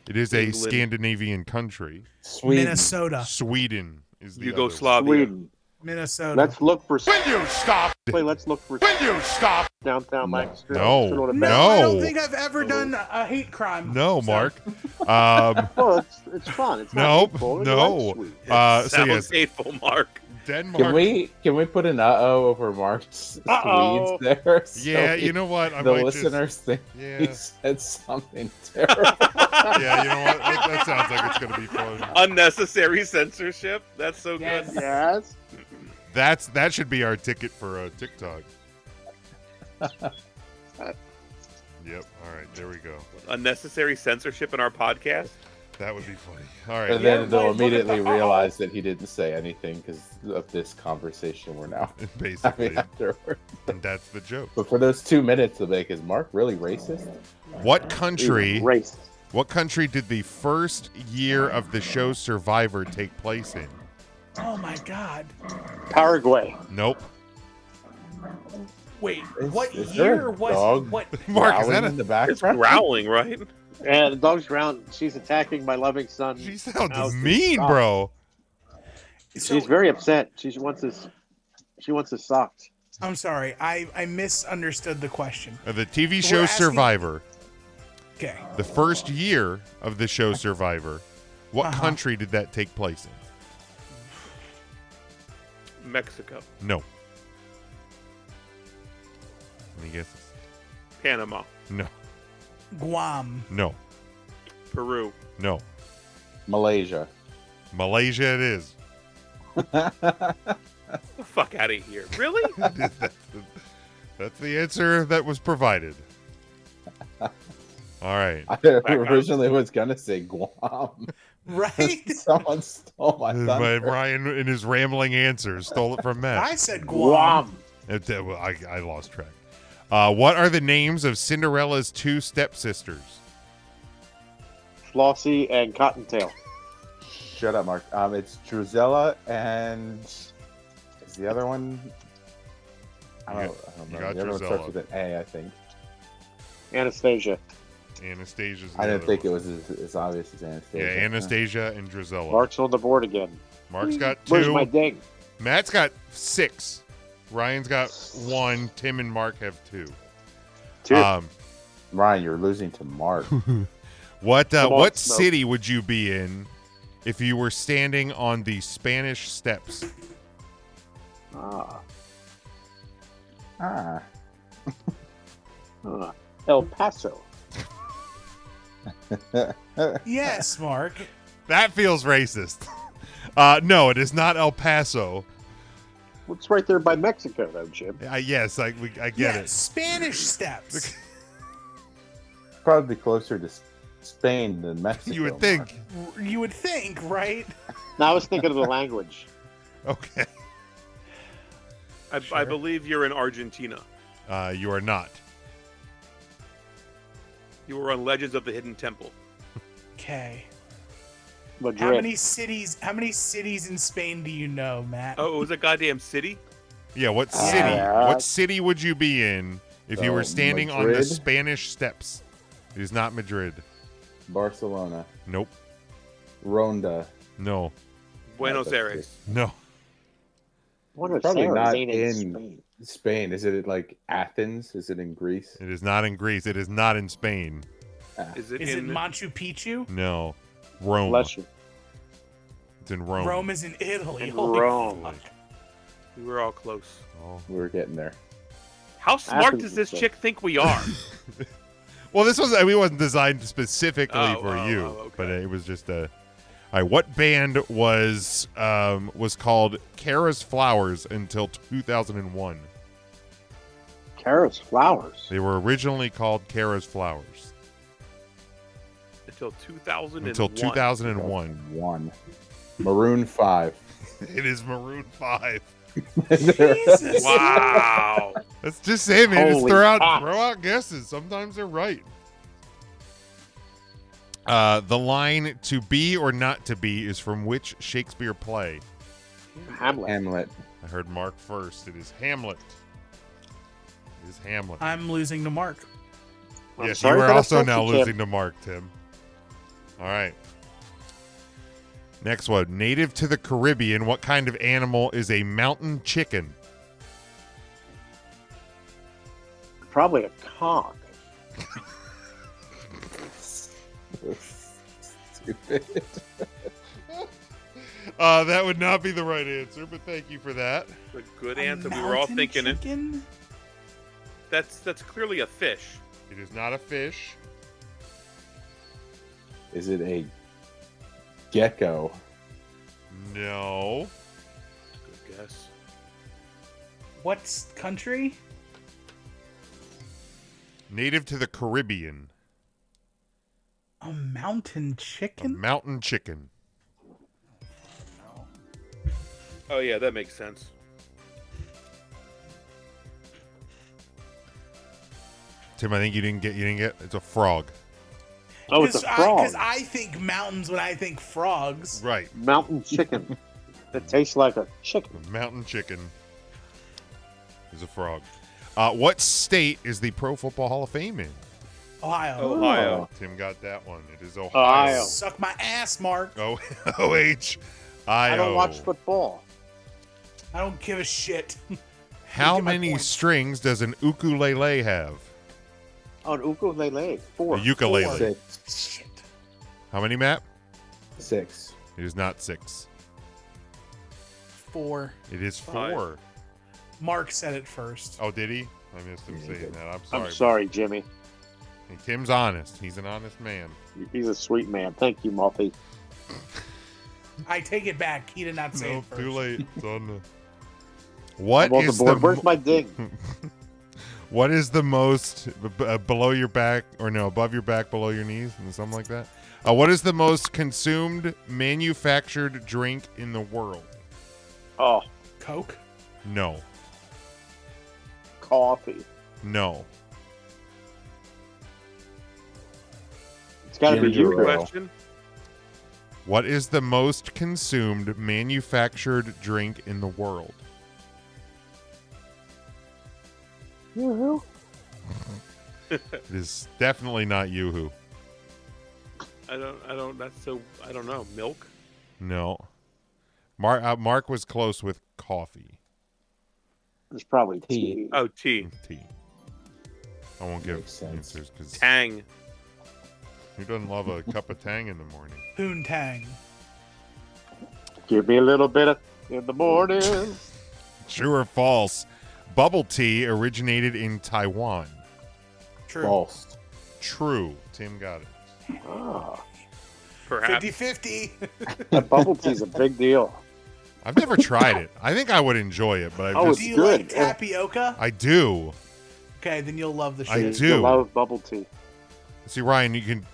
It is a England. Scandinavian country. Sweden. Minnesota. Sweden is the Yugoslavia. Sweden. Minnesota. Let's look for. Other one. Will you stop? Wait, let's look for Will you stop? downtown Lancaster. No. Should've no, went back. I No. don't think I've ever done a hate crime. No, So- Mark. Um, Well, it's, it's fun. It's No, not hateful. no. You like sweet. uh, so Sounds yes, hateful, Mark. Denmark. Can we can we put an uh oh over Mark's Uh-oh. Swedes there? So yeah, he- you know what? I the might listeners think Just, he yeah, said something terrible. yeah, you know what? That, that sounds like it's gonna be fun. Unnecessary censorship. That's so Yes. good. Yes. That's that should be our ticket for uh, TikTok. Yep. All right, there we go. Unnecessary censorship in our podcast. That would be funny. All right. and Yeah, then they'll right, look at immediately the uh-oh. realize that he didn't say anything because of this conversation we're now Basically, having afterward. and that's the joke. But for those two minutes, they'll be like, is Mark really racist? What country? Race. What country did the first year of the show Survivor take place in? Oh my God. Paraguay. Nope. Wait. Is- what is there a year was dog? what? Mark, is Growling that in a, the back? It's growling, right? And the dog's round. She's attacking my loving son. she She's, sounds How's this mean, sock? bro. So, very upset. She wants this. She wants this socked. I'm sorry. I I misunderstood the question. Uh, The TV We're show asking- Survivor, Okay. the first year of the show Survivor, what Uh-huh. country did that take place in? Mexico, No. Any guesses? Panama, No, Guam. no, Peru. no. Malaysia. Malaysia, it is. Get the fuck out of here. Really? that's, the, that's the answer that was provided. All right. I on. originally was going to say Guam. Right. Someone stole my But thunder. Ryan, in his rambling answers, stole it from Matt. I said Guam. It- that- well, I, I lost track. Uh, what are the names of Cinderella's two stepsisters? Flossie and Cottontail. Shut up, Mark. Um, it's Drusilla and is the other one? I You don't, I don't you know. got the other one starts Drusilla. with an A, I think. Anastasia. Anastasia's. I the didn't other think one. it was as, as obvious as Anastasia. Yeah, Anastasia and Drizella. Mark's on the board again. Mark's got Where's two. my ding? Matt's got six. Ryan's got one. Tim and Mark have two. Two. Um, Ryan, you're losing to Mark. what uh, Come on, what Smoke. city would you be in if you were standing on the Spanish Steps? Ah, ah, ah. El Paso. Yes, Mark. That feels racist. Uh, no, it is not El Paso. It's right there by Mexico, though, Jim. Uh, yes, I, we, I get yeah, it. Spanish steps. probably closer to S- Spain than Mexico. You would Mark. think. you would think, right? Now I was thinking of the language. Okay. I, I Sure. believe you're in Argentina. Uh, you are not. You were on Legends of the Hidden Temple. Okay. Madrid. How many cities? How many cities in Spain do you know, Matt? Oh, it was a goddamn city? Yeah, what Ah. city? Yeah. What city would you be in if you So, were standing on the Madrid? Spanish steps? It is not Madrid. Barcelona, Nope. Ronda. No. Buenos that's Aires. No. Buenos Probably Aires not ain't in- Spain. Spain. Is it like Athens? Is it in Greece? It is not in Greece. It is not in Spain. Is it is it in Machu Picchu? No. Rome. Bless you. It's in Rome. Rome is in In Italy. Holy Rome. fuck. We were all close. Oh. We were getting there. How smart think does we this said- chick think we are? Well, this was I mean, it wasn't designed specifically Oh, for oh, you, oh, okay. but it was just a. All right, what band was um, was called Kara's Flowers until 2001? Carrots, flowers. They were originally called Kara's Flowers Until 2001. until 2001. One. Maroon Five. It is Maroon Five. Jesus. Wow. That's just say, man. just Holy throw out, cow. throw out guesses. Sometimes they're right. Uh, the line "to be or not to be" is from which Shakespeare play? Hamlet. Hamlet. I heard Mark first. It is Hamlet. It is Hamlet. I'm losing to Mark. I'm yes, you sorry are for the also now censorship. losing to Mark, Tim. All right. Next one. Native to the Caribbean, what kind of animal is a mountain chicken? Probably a cock. Stupid. Uh, that would not be the right answer, but thank you for that. That's a good answer. We were all thinking it. it. That's that's clearly a fish. It is not a fish. Is it a gecko? No. Good guess. What country? Native to the Caribbean, A mountain a chicken? mountain chicken. Oh yeah, that makes sense. Tim, I think you didn't get. You didn't get. It's a frog. Oh, it's a frog. Because I, think mountains when I think frogs. Right. Mountain chicken that tastes like a chicken. A mountain chicken is a frog. Uh, what state is the Pro Football Hall of Fame in? Oh. Ohio. Ohio. Tim got that one. It is Ohio. Ohio. Suck my ass, Mark. O O H I O. I don't watch football. I don't give a shit. How Get my many point. strings does an ukulele have? Oh, an ukulele. Four. A ukulele. Four. Six. shit. How many, Matt? Six. It is not six. Four. It is Five. four. Mark said it first. Oh, did he? I missed him Yeah, he saying did. that. I'm sorry. I'm sorry, Jimmy. Hey, Tim's honest. He's an honest man. He's a sweet man. Thank you, Muffy. I take it back. He did not say No, it first. too late. It's on the... What I'm off the is the, board. Where's mo- my ding? What is the most b- b- uh, below your back, or no, above your back, below your knees, and something like that? Uh, what is the most consumed manufactured drink in the world? Oh, Coke? No, coffee. no. It's got to be Ginger you, ale. girl. Question. What is the most consumed manufactured drink in the world? Yoo-hoo. It is definitely not YooHoo. I don't. I don't. That's so. I don't know. Milk. No. Mark, uh, Mark was close with coffee. It's probably Tea. tea. Oh, tea. Tea. I won't give Makes sense. answers because Tang. who doesn't love a cup of tang in the morning? Poontang. Give me a little bit of in the morning. True or false? Bubble tea originated in Taiwan. True. False. True. Tim got it. Ah, Perhaps. 50 50. that bubble tea's a big deal. I've never tried it. I think I would enjoy it, but I Oh, just Do it's you good. like tapioca? I do. Okay, then you'll love the I shit. do. I love bubble tea. See, Ryan, you can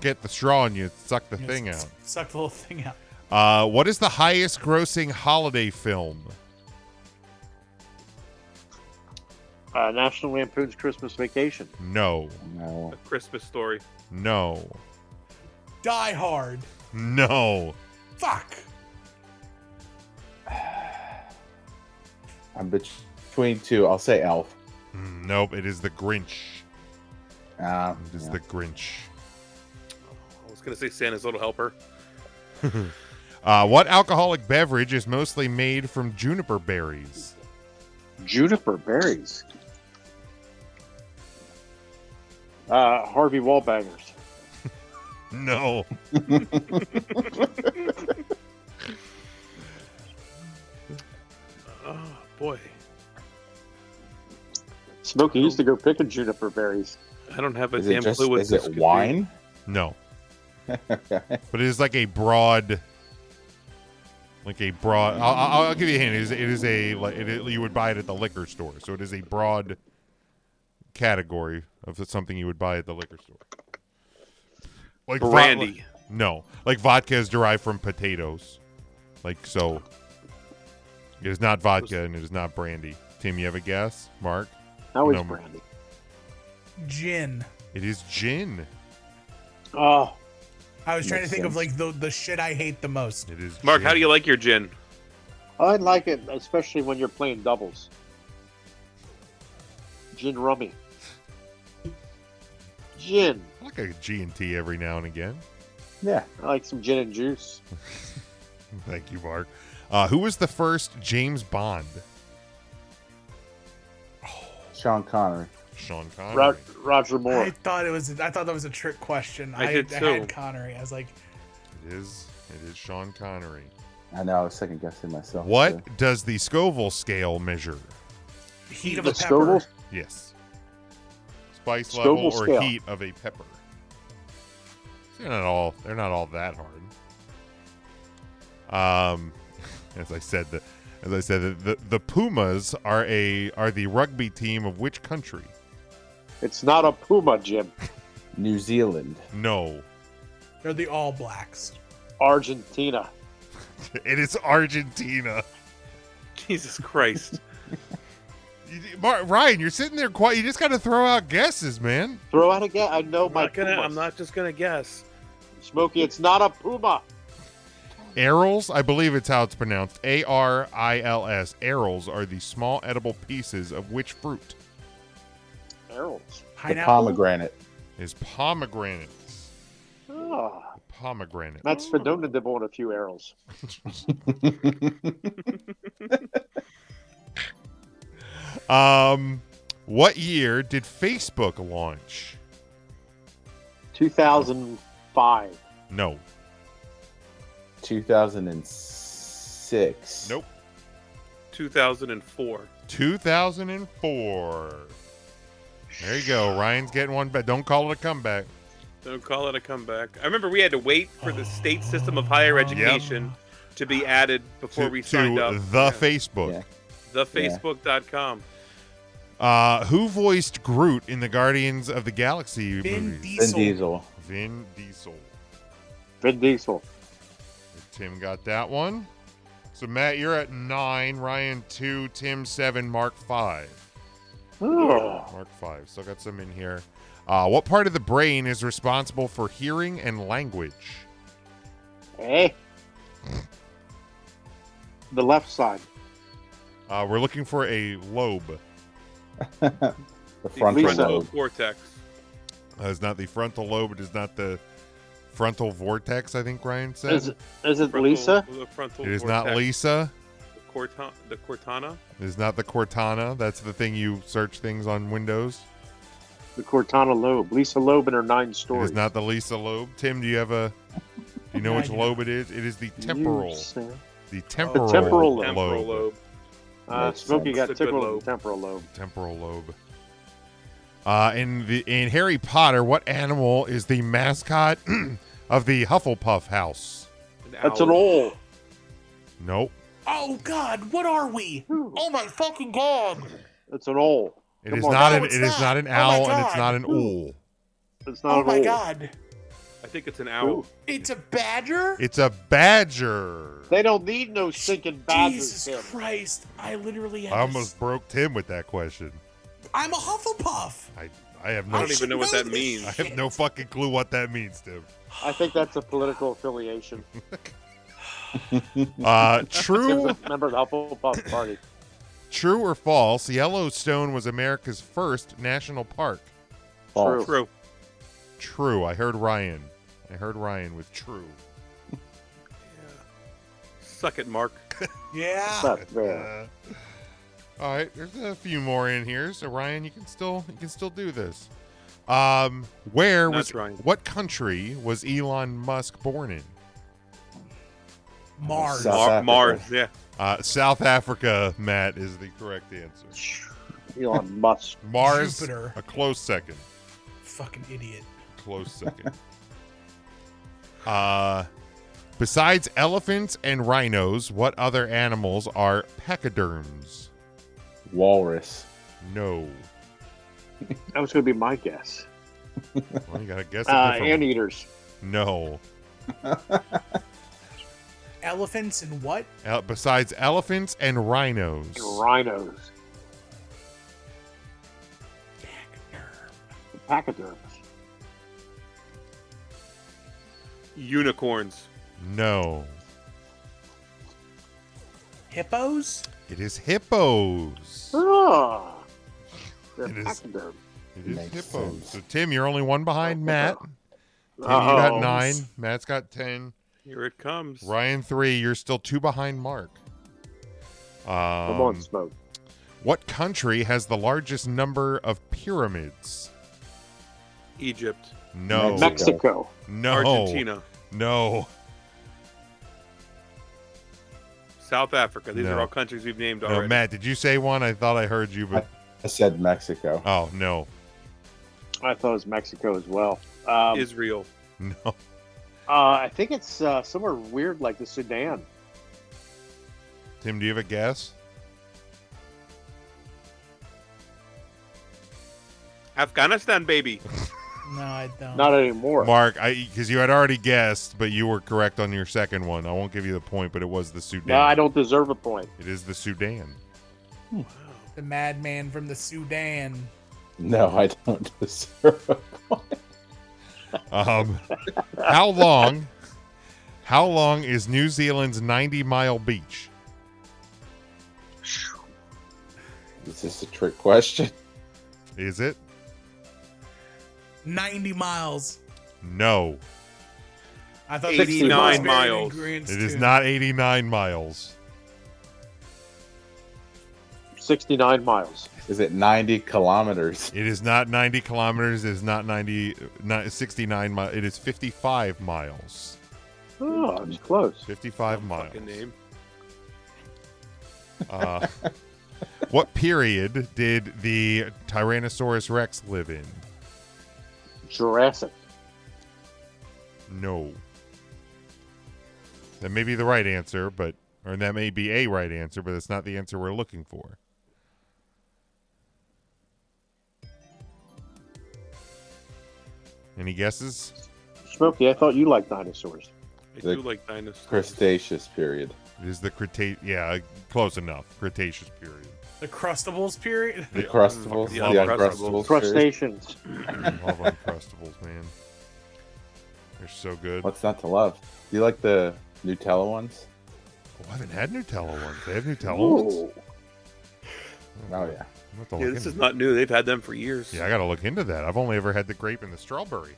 get the straw and you suck the You know, thing s- out. s- Suck the whole thing out. Uh, what is the highest grossing holiday film? Uh, National Lampoon's Christmas Vacation. No. No. A Christmas story. No. Die hard. No. Fuck. I'm bet- between two. I'll say Elf. Mm, Nope. It is The Grinch. Uh, It is yeah. The Grinch. I was gonna say Santa's Little Helper. Uh, what alcoholic beverage is mostly made from juniper berries? Juniper berries. Uh, Harvey Wallbangers. No. Oh, Boy, Smokey used to go picking juniper berries. I don't have a Is damn it just clue what is this it could be. wine? No, okay. but it is like a broad, like a broad. I'll, I'll, I'll give you a hint. It is, it is a like it is, you would buy it at the liquor store, so it is a broad category of something you would buy at the liquor store. Like vo- Brandy. No, like vodka is derived from potatoes, like so. It is not vodka and it is not brandy. Tim, you have a guess? Mark, Always No. brandy. Gin. it is gin. Oh, I was trying Makes to think of like sense. the the shit I hate the most. It is. Mark, gin. how do you like your gin? I like it, especially when you're playing doubles. Gin rummy. Gin. I like a G and T every now and again? Yeah. I like some gin and juice. Thank you, Mark. Uh, who was the first James Bond? Sean Connery. Sean Connery. Rod- Roger I Moore. thought it was. I thought that was a trick question. I I, did I too. had Connery. I was like, It is. It is Sean Connery. I know. I was second guessing Oh, myself. What too. does the Scoville scale measure? heat of The a pepper. Scoville? Yes. Spice Scoville level or scale. heat of a pepper. They're not all. They're not all that hard. Um, as I said, the as I said, the, the the Pumas are a are the rugby team of which country? It's not a puma, Jim. New Zealand. No, They're the All Blacks. Argentina. it is Argentina. Jesus Christ. You, Mar- Ryan, you're sitting there quiet. You just got to throw out guesses, man. Throw out again. I know I'm my not, gonna, pumas. I'm not just going to guess. Smokey, it's not a puma. Arils, I believe it's how it's pronounced. A R I L S. Arils are the small edible pieces of which fruit Arrows. The Pineapple. pomegranate. is pomegranate. Oh, Pomegranate. Matt Spadona did own a few arrows. Um, what year did Facebook launch? 2005. No, 2006. Nope. 2004. 2004. There you go. Ryan's getting one, but don't call it a comeback. Don't call it a comeback. I remember we had to wait for the state system of higher Yep. education to be added before To- we signed to up. the Yeah. Facebook. Yeah. TheFacebook.com. Uh, who voiced Groot in the Guardians of the Galaxy Vin movies? Vin Diesel. Diesel. Vin Diesel. Vin Diesel. Tim got that one. So Matt, you're at nine. Ryan two. Tim seven. Mark five. Oh, Mark five. Still got some in here. Uh, what part of the brain is responsible for hearing and language? hey. Eh? The left side. Uh, we're looking for a lobe. Uh, The The frontal Lisa. lobe. cortex. Uh, it's not the frontal lobe. It is not the frontal vortex. I think Ryan said Is it, is it Frontal- Lisa? The frontal it is cortex. not Lisa. The, Corta- the Cortana. It is not the Cortana. That's the thing you search things on Windows. The Cortana Lobe. Lisa Lobe and her nine It stories. is not the Lisa lobe. Tim, do you have a? Do you know No, I which do lobe it is? It is the You temporal. say- The temporal. temporal lobe. Temporal lobe. Uh, Makes Smokey sense. got It's a good tickled in lobe. the temporal lobe. temporal lobe. Uh, in the in Harry Potter, what animal is the mascot of the Hufflepuff house? That's an owl. owl. Nope, Oh God, what are we? Oh my fucking God! It's an owl. it Come is on. not No, an it's it is not. not an Oh my owl and it's God. not an owl. It's Oh not an my owl. God! I think it's an owl. It's a badger. It's a badger. They don't need no stinking badgers. Jesus Tim. Christ! I literally. Had I to- almost broke Tim with that question. I'm a Hufflepuff. I I have I no don't even should know what that this means. I shit. have no fucking clue what that means, Tim. I think that's a political affiliation. Uh, true, Remember the Hufflepuff party? true or false? Yellowstone was America's first national park. False. True. True. I heard Ryan. I heard Ryan with true. Suck it, Mark. Yeah. That's fair. Uh, all right, there's a few more in here, so Ryan, you can still you can still do this. Um, where That's was Ryan. what country was Elon Musk born in? Mars. South Mar- Mars. Africa. Yeah. Uh, South Africa, Matt, is the correct answer. Elon Musk. Mars, Jupiter. a close second. Fucking idiot. Close second. uh, besides elephants and rhinos, what other animals are pachyderms? Walrus. No. That was going to be my guess. Well, you gotta guess a Uh, different. anteaters. no. Elephants and what? El- besides elephants and rhinos, Rhinos. Pachyderms. Unicorns. no. Hippos? It is hippos. Ah. They're It is- pachyderms. It is Makes hippos. sense. So Tim, you're only one behind Matt. Tim, you Oh. got nine. Matt's got ten. Here it comes. Ryan three. You're still two behind Mark. Come on, Um, smoke. what country has the largest number of pyramids? Egypt. No, Mexico. no, Argentina. no. South Africa. These No. are all countries we've named No, already. Matt, did you say one? I thought I heard you, but I said Mexico. oh no, I thought it was Mexico as well. Um, Israel. no, uh, I think it's uh, somewhere weird like the Sudan. Tim, do you have a guess? Afghanistan, baby. No, I don't. Not anymore. Mark, I because you had already guessed, but you were correct on your second one. I won't give you the point, but it was the Sudan. no, I don't deserve a point. It is the Sudan. the madman from the Sudan. No, I don't deserve a point. Um, how long? How long is New Zealand's 90 mile beach? Is this a trick question? Is it? 90 miles. No, I thought 89 miles. it is not 89 miles. 69 miles. Is it 90 kilometers? It is not 90 kilometers. It is not 90, not 69 miles. It is 55 miles. Hmm. Oh, it's close. 55 miles. Fucking name. Uh, what period did the Tyrannosaurus Rex live in? Jurassic. No. That may be the right answer, but or that may be a right answer, but it's not the answer we're looking for. Any guesses? Smokey, I thought you liked dinosaurs. I The do like dinosaurs. Cretaceous period. It is the Cretaceous. Yeah, close enough. Cretaceous period. The Crustables period? The Yeah, crustables. fucking The love Oh, uncrustables. period. Crustaceans. I love Uncrustables, man. They're so good. What's not to love? Do you like the Nutella ones? Oh, I haven't had Nutella ones. They have Nutella ones. Ooh. Oh I'm yeah. gonna have to Yeah, look this into is not new. They've had them for years. Yeah, I gotta look into that. I've only ever had the grape and the strawberry.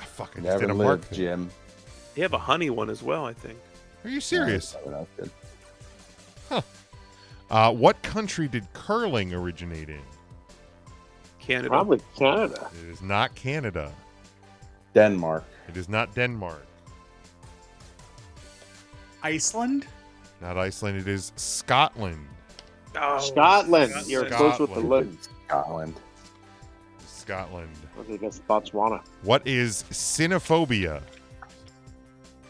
I fucking just Never did a mark. lived, thing. Jim. They have a honey one as well, I think. Are you serious? No, Oh, that was good. Uh, what country did curling originate in? Canada. Probably Canada. It is not Canada. Denmark. It is not Denmark. Iceland? Not Iceland. It is Scotland. Oh, Scotland. Scotland. You're close with the Scotland. lid. Scotland. Scotland. I think that's Botswana. What is cynophobia?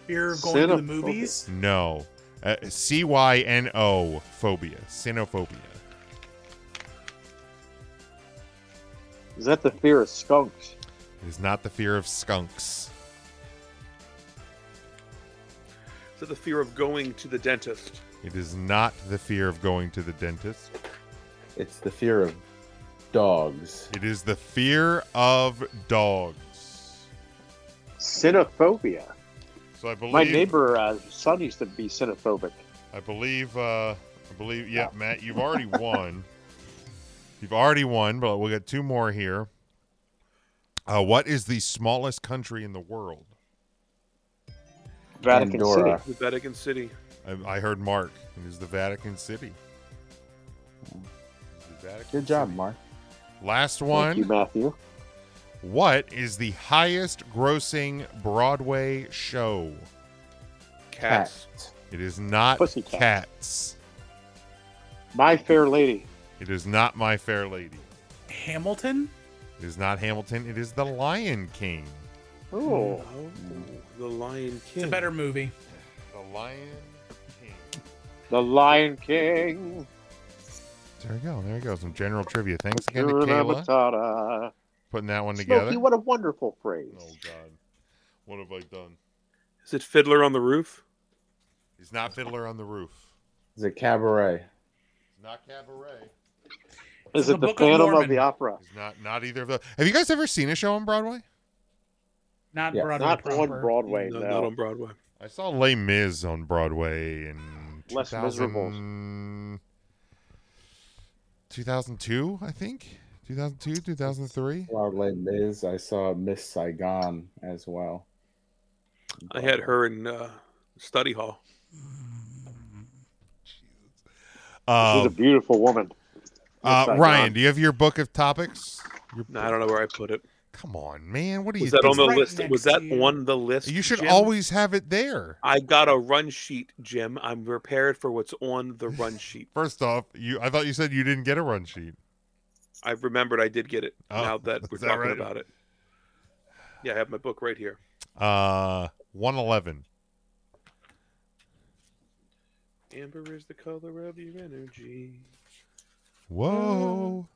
Fear of going to the Cinephobic. movies? No. Uh, C Y N O phobia. Cynophobia. Is that the fear of skunks? It is not the fear of skunks. So the fear of going to the dentist. It is not the fear of going to the dentist. It's the fear of dogs. It is the fear of dogs. Xenophobia. So I believe My neighbor, uh, son, used to be xenophobic. I believe uh I believe yeah, Matt, you've already won. You've already won, but we'll get two more here. Uh, what is the smallest country in the world? Vatican Andorra. The Vatican City. I, I heard Mark. It is the Vatican City. The Vatican Good job, City. Mark. Last City. Thank you, one. Matthew. What is the highest grossing Broadway show? Cats. Cats. It is not Pussycat. cats. My Fair Lady. It is not My Fair Lady. Hamilton? It is not Hamilton. It is The Lion King. Hmm. Oh, The Lion It's King. a better movie. The Lion King. The Lion King. There we go. There we go. Some general trivia. Thanks again to Hakuna Kayla Matata. putting that one together. Smokey, what a wonderful phrase. Oh God, what have I done? Is it Fiddler on the Roof? He's not Fiddler on the Roof. Is it cabaret? He's not Cabaret. Is The it the Book of Phantom of, Mormon. the Opera? He's not not either of those. Have you guys ever seen a show on Broadway? Not Yeah, Broadway Not proper. on Broadway, no, no. Not on Broadway. I saw Les Mis on Broadway in Les Miserables. 2000 2002, I think. 2002, 2003. Wow, Les Mis. I saw Miss Saigon as well. I had her in uh, study hall. She's a Um, beautiful woman. uh, Saigon. Ryan, do you have your book of topics? Your- No, I don't know where I put it. Come on, man. What are you Was that on the doing? right list? next Was that to you. on the list? You should Jim? always have it there. I got a run sheet, Jim. I'm prepared for what's on the run sheet. First off, you I thought you said you didn't get a run sheet. I remembered I did get it. Oh, now that we're is that talking right? about it. Yeah, I have my book right here. Uh 111. Amber is the color of your energy. Whoa.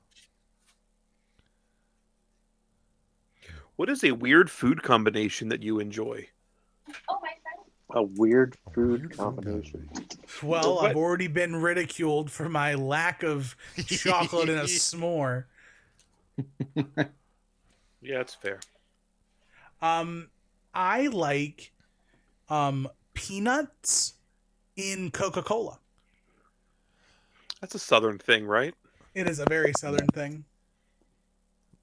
What is a weird food combination that you enjoy? A weird Mm-hmm. A food weird food combination. Well, What? I've already been ridiculed for my lack of chocolate in a s'more. Yeah, that's fair. Um, I like um peanuts in Coca Cola. That's a southern thing, right? It is a very southern thing.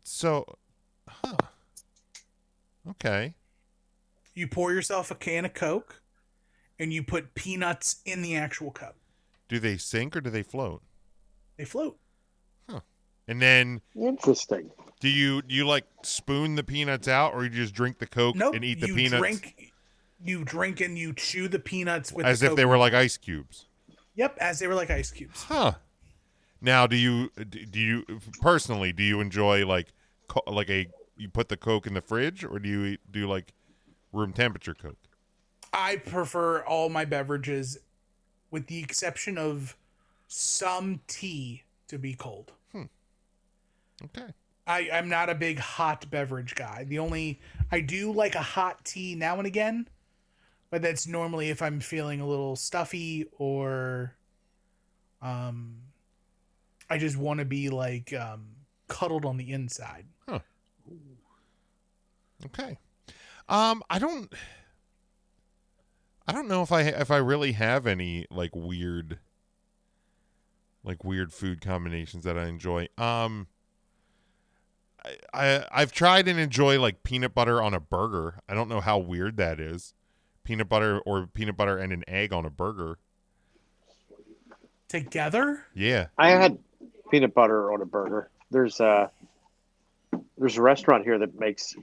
So huh. Okay. You pour yourself a can of Coke, and you put peanuts in the actual cup. Do they sink or do they float? They float. And then Interesting. do you do you like spoon the peanuts out or you just drink the coke No, and eat the you peanuts drink. You drink and you chew the peanuts with as the if Coke. they were like ice cubes? Yep, as they were like ice cubes. Huh. Now, do you do do you personally do you enjoy like co- like a you put the coke in the fridge or do you eat- do like room temperature coke? I prefer all my beverages, with the exception of some tea, to be cold. Okay. I, I'm not a big hot beverage guy. The only I do like a hot tea now and again, but that's normally if I'm feeling a little stuffy or um I just want to be like um cuddled on the inside. Okay. Um, I don't. I don't know if I if I really have any like weird, like weird food combinations that I enjoy. Um, I, I I've tried and enjoy like peanut butter on a burger. I don't know how weird that is, peanut butter or peanut butter and an egg on a burger. Together? Yeah, I had peanut butter on a burger. There's a there's a restaurant here that makes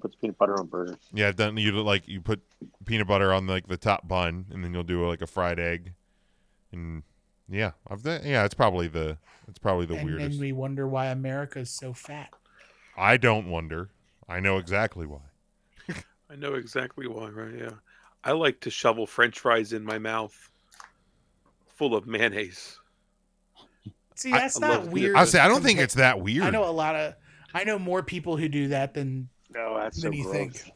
puts peanut butter on burgers. yeah. I've done you like you put peanut butter on like the top bun, and then you'll do like a fried egg, and yeah, I've done. Yeah, it's probably the it's probably the and weirdest. then we wonder why America's so fat. I don't wonder. I know exactly why. I know exactly why, right? Yeah. I like to shovel french fries in my mouth full of mayonnaise. See, I- that's I not love- weird. I say I don't think compared- it's that weird. I know a lot of I know more people who do that than No, that's so than you gross. think.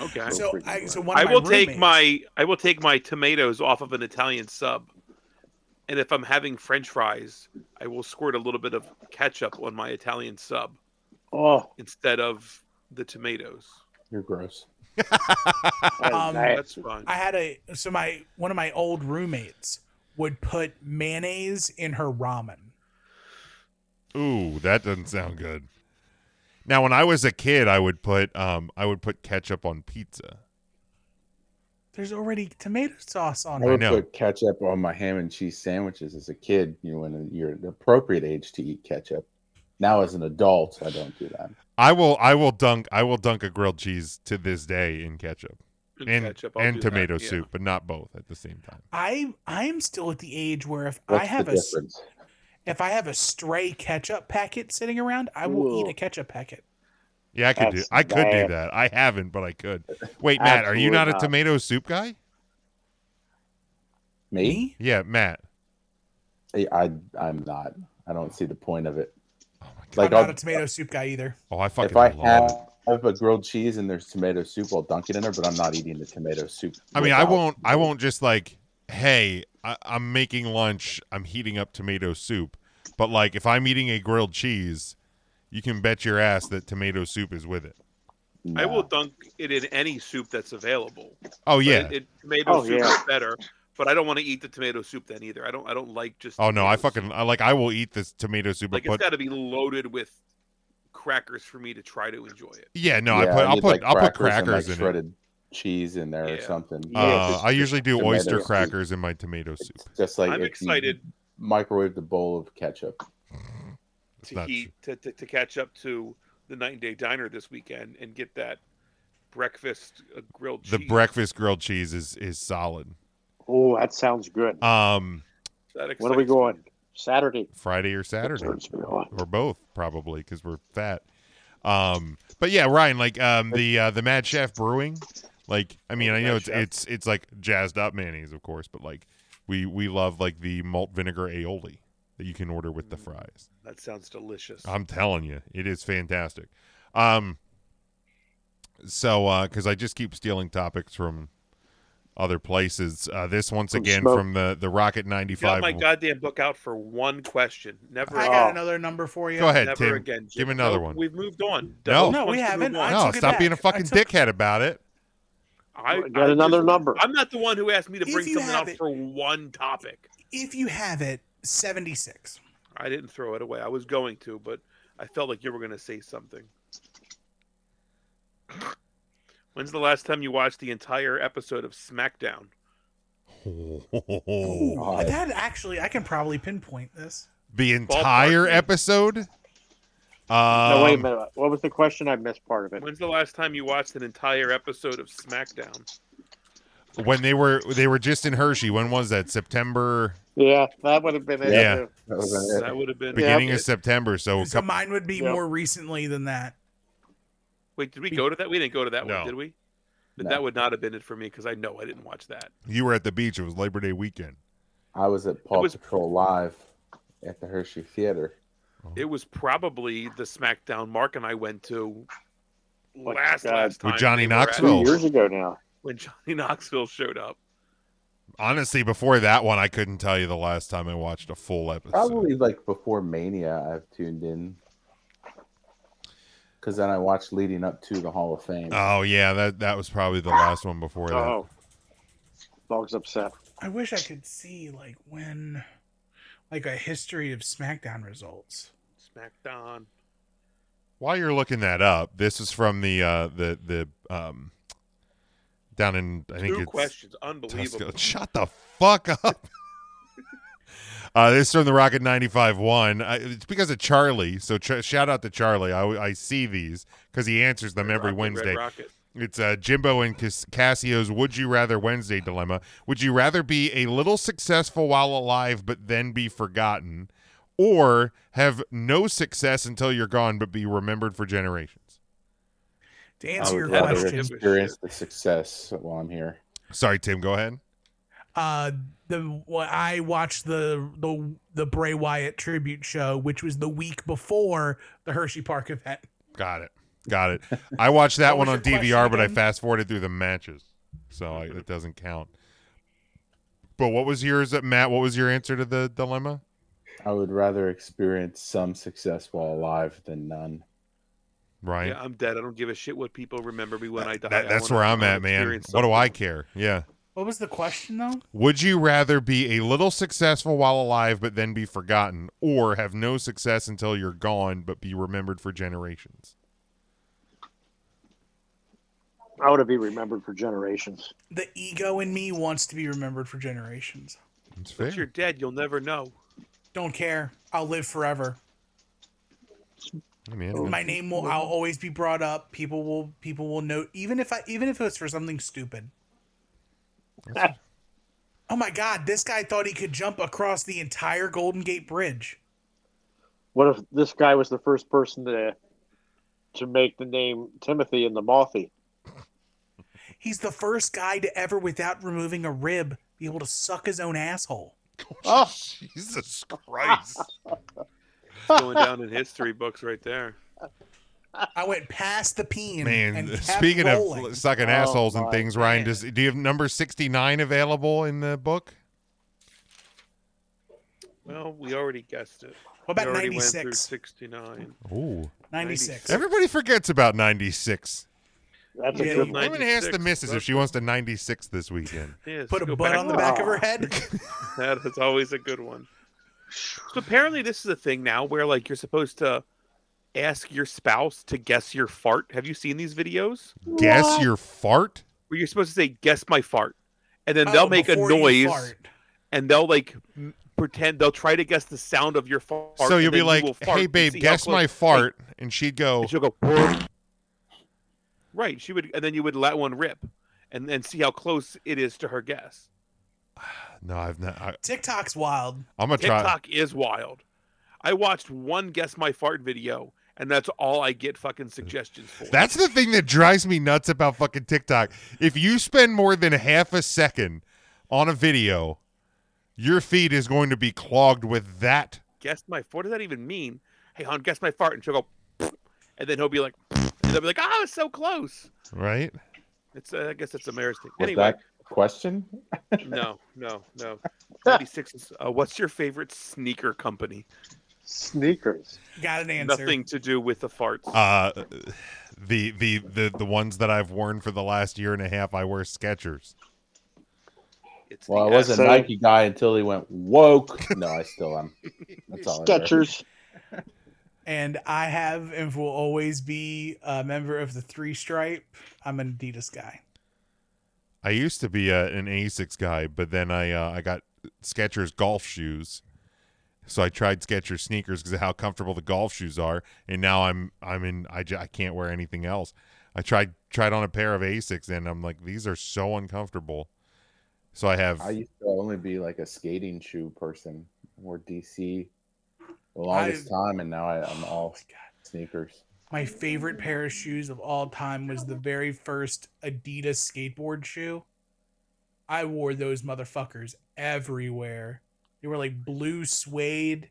Okay. So freaking I gross. so one I of will take roommates- my I will take my tomatoes off of an Italian sub. And if I'm having french fries, I will squirt a little bit of ketchup on my Italian sub Oh, instead of the tomatoes. You're gross. that is Um, bad. That's fine. I had a so my one of my old roommates would put mayonnaise in her ramen. Ooh, that doesn't sound good. Now, when I was a kid, I would put um I would put ketchup on pizza. There's already tomato sauce on I I it. would know. put ketchup on my ham and cheese sandwiches as a kid. You know, when you're an appropriate age to eat ketchup. Now, as an adult, I don't do that. I will I will dunk I will dunk a grilled cheese to this day in ketchup. and ketchup, I'll and do that, tomato yeah. soup, but not both at the same time. I I'm still at the age where if What's I have the a s- difference? if I have a stray ketchup packet sitting around, I will eat Whoa. a ketchup packet. Yeah, I could do. That's I could do bad. that. I haven't, but I could. Wait, Matt, are you Absolutely not a not. tomato soup guy? Me? Yeah, Matt. I, I I'm not. I don't see the point of it. Oh my god. Like I'm I'll, not a tomato soup guy either. Oh, I fucking if I love have, it. have a grilled cheese and there's tomato soup, I'll dunk it in there. But I'm not eating the tomato soup. I mean, I without- won't. I won't just like, hey, I, I'm making lunch. I'm heating up tomato soup. But like, if I'm eating a grilled cheese, you can bet your ass that tomato soup is with it. I will Nah. dunk it in any soup that's available. Oh But yeah. it, it, tomato Oh, soup yeah. is better, but I don't want to eat the tomato soup then either. I don't. I don't like just. oh no, I tomatoes. fucking I like. I will eat this tomato soup. like. but it's got to be loaded with crackers for me to try to enjoy it. yeah, no, Yeah, I put. I'll need, put. like, I'll put and, crackers like, in it. shredded cheese in there or Yeah. something. Yeah, Uh, just- I usually do tomato oyster soup. crackers in my tomato soup. It's just like I'm if you excited Microwave the bowl of ketchup. to not heat to, to, to catch up to the night and day diner this weekend and get that breakfast uh, grilled cheese. The breakfast grilled cheese is is solid. Oh, that sounds good. Um, That when are we excites me. going? Saturday. Friday or Saturday. Turns me on. or both probably because we're fat. Um, but yeah, Ryan, like um, the uh, the Mad Chef Brewing, like I mean, Oh, I know Mad it's Chef. it's it's like jazzed up mayonnaise, of course, but like we we love like the malt vinegar aioli that you can order Mm. with the fries. That sounds delicious. I'm telling you, it is fantastic. Um, so because I just keep stealing topics from other places, uh, this once From again Smoke. from the the Rocket ninety Got five. my goddamn book out for one question. Never. I got another number for you. Go ahead, never Tim. again. Give Jim. me another No, one. We've moved on. No. Doug No, wants we to move haven't. on. I No, took it stop back. being a fucking I took- dickhead about it. I Got I another just- number. I'm not the one who asked me to If bring you something have out it- for one topic. If you have it, 76. I didn't throw it away. I was going to, but I felt like you were going to say something. When's the last time you watched the entire episode of SmackDown? Ooh, Oh, God. that actually, I can probably pinpoint this. the entire Ballpark. episode. Um, no, wait a minute. What was the question? I missed part of it. When's the last time you watched an entire episode of SmackDown? When they were they were just in Hershey. When was that? September, Yeah, that would have been it. Yeah. That was it. That would have been beginning of Yeah. September. So a So couple, mine would be Yep. more recently than that. Wait, did we go to that? We didn't go to that No. one, did we? But No. That would not have been it for me because I know I didn't watch that. you were at the beach. It was Labor Day weekend. I was at Paw was- Patrol Live at the Hershey Theater. It was probably the SmackDown Mark and I went to Like, last uh, last time With Johnny they were at- Knoxville. Two years ago now. when Johnny Knoxville showed up. Honestly, before that one, I couldn't tell you the last time I watched a full episode. Probably like before Mania, I've tuned in. Because then I watched leading up to the Hall of Fame. Oh yeah, that that was probably the last one before that. Oh, dog's upset. I wish I could see, like, when, like, a history of SmackDown results. SmackDown. While you're looking that up, this is from the uh, the the um, down in I think Two it's questions. Unbelievable. Tusco. Shut the fuck up. uh, this is from the Rocket 95.1. Uh, it's because of Charlie. So ch- shout out to Charlie. I, I see these because he answers them Red every Rocket, Red Wednesday. Rocket. It's uh, Jimbo and Cass- Cassio's Would You Rather Wednesday dilemma. Would you rather be a little successful while alive but then be forgotten, or have no success until you're gone but be remembered for generations? To I answer your would rather question, Give a experience the success while I'm here. Sorry, Tim. Go ahead. uh the what I watched the the the Bray Wyatt tribute show, which was the week before the Hershey Park event. Got it. Got it. I watched that What one was on your question DVR, but I again? fast forwarded through the matches, so I, it doesn't count. But what was yours, uh, Matt? What was your answer to the dilemma? I would rather experience some success while alive than none. Ryan, Yeah, I'm dead. I don't give a shit what people remember me when I die. That- I that's wanna- where I I'm wanna at, man. experience What do I something. care? Yeah. What was the question though? Would you rather be a little successful while alive, but then be forgotten, or have no success until you're gone, but be remembered for generations? I want to be remembered for generations. The ego in me wants to be remembered for generations. That's But fair. you're dead. You'll never know. Don't care. I'll live forever. I mean, Oh my name will I'll always be brought up. People will people will know even if I even if it's for something stupid. oh my god, this guy thought he could jump across the entire Golden Gate Bridge. What if this guy was the first person to to make the name Timothy in the Mothie? He's the first guy to ever without removing a rib be able to suck his own asshole. Oh. Jesus Christ. It's going down in history books right there. I went past the peen Man, and kept speaking rolling. of sucking Oh, assholes and my things, Ryan, man. does, do you have number 69 available in the book? Well, we already guessed it. What about we already went through 96? 69. Ooh. 96. Everybody forgets about 96. That's Yeah, a good you- one. Women asked the 96, missus if she wants to 96 this weekend. Yes, Put a go butt back on the to- back of her head. That is always a good one. So apparently, this is a thing now where like you're supposed to ask your spouse to guess your fart. Have you seen these videos Guess your fart? where you're supposed to say "guess my fart," and then Oh, they'll make a before you noise fart. and they'll like m- pretend they'll try to guess the sound of your fart. so and you'll be then you like, will fart hey, and babe, see how guess close- my like, fart. And she'd go, and she'll go. right, she would, and then you would let one rip, and and see how close it is to her guess. no, I've not. I, TikTok's wild. I'm going to try. TikTok is wild. I watched one guess my fart video, and that's all I get fucking suggestions for. That's the thing that drives me nuts about fucking TikTok. If you spend more than half a second on a video, your feed is going to be clogged with that. guess my what does that even mean? Hey hon, guess my fart, and she'll go, "Pfft," and then he'll be like, "Pfft," and they'll be like, oh, it's so close. Right? It's uh, I guess it's a marriage thing. Was Anyway, that a question? no, no, no. Ninety six is uh, what's your favorite sneaker company? Sneakers. Got an answer. Nothing to do with the farts. Uh, the the the the ones that I've worn for the last year and a half, I wear Skechers. it's Well, I the was a ass- So- Nike guy until he went woke. No, I still am. That's all. I wear. Sketchers. And I have and will always be a member of the Three Stripe. I'm an Adidas guy. I used to be a, an Asics guy, but then I uh, I got Skechers golf shoes, so I tried Skechers sneakers because of how comfortable the golf shoes are, and now I'm I'm in I, j- I can't wear anything else. I tried tried on a pair of Asics, and I'm like these are so uncomfortable. So I have I used to only be like a skating shoe person or DC the longest time, and now I, I'm all sneakers. My favorite pair of shoes of all time was the very first Adidas skateboard shoe. I wore those motherfuckers everywhere. They were like blue suede.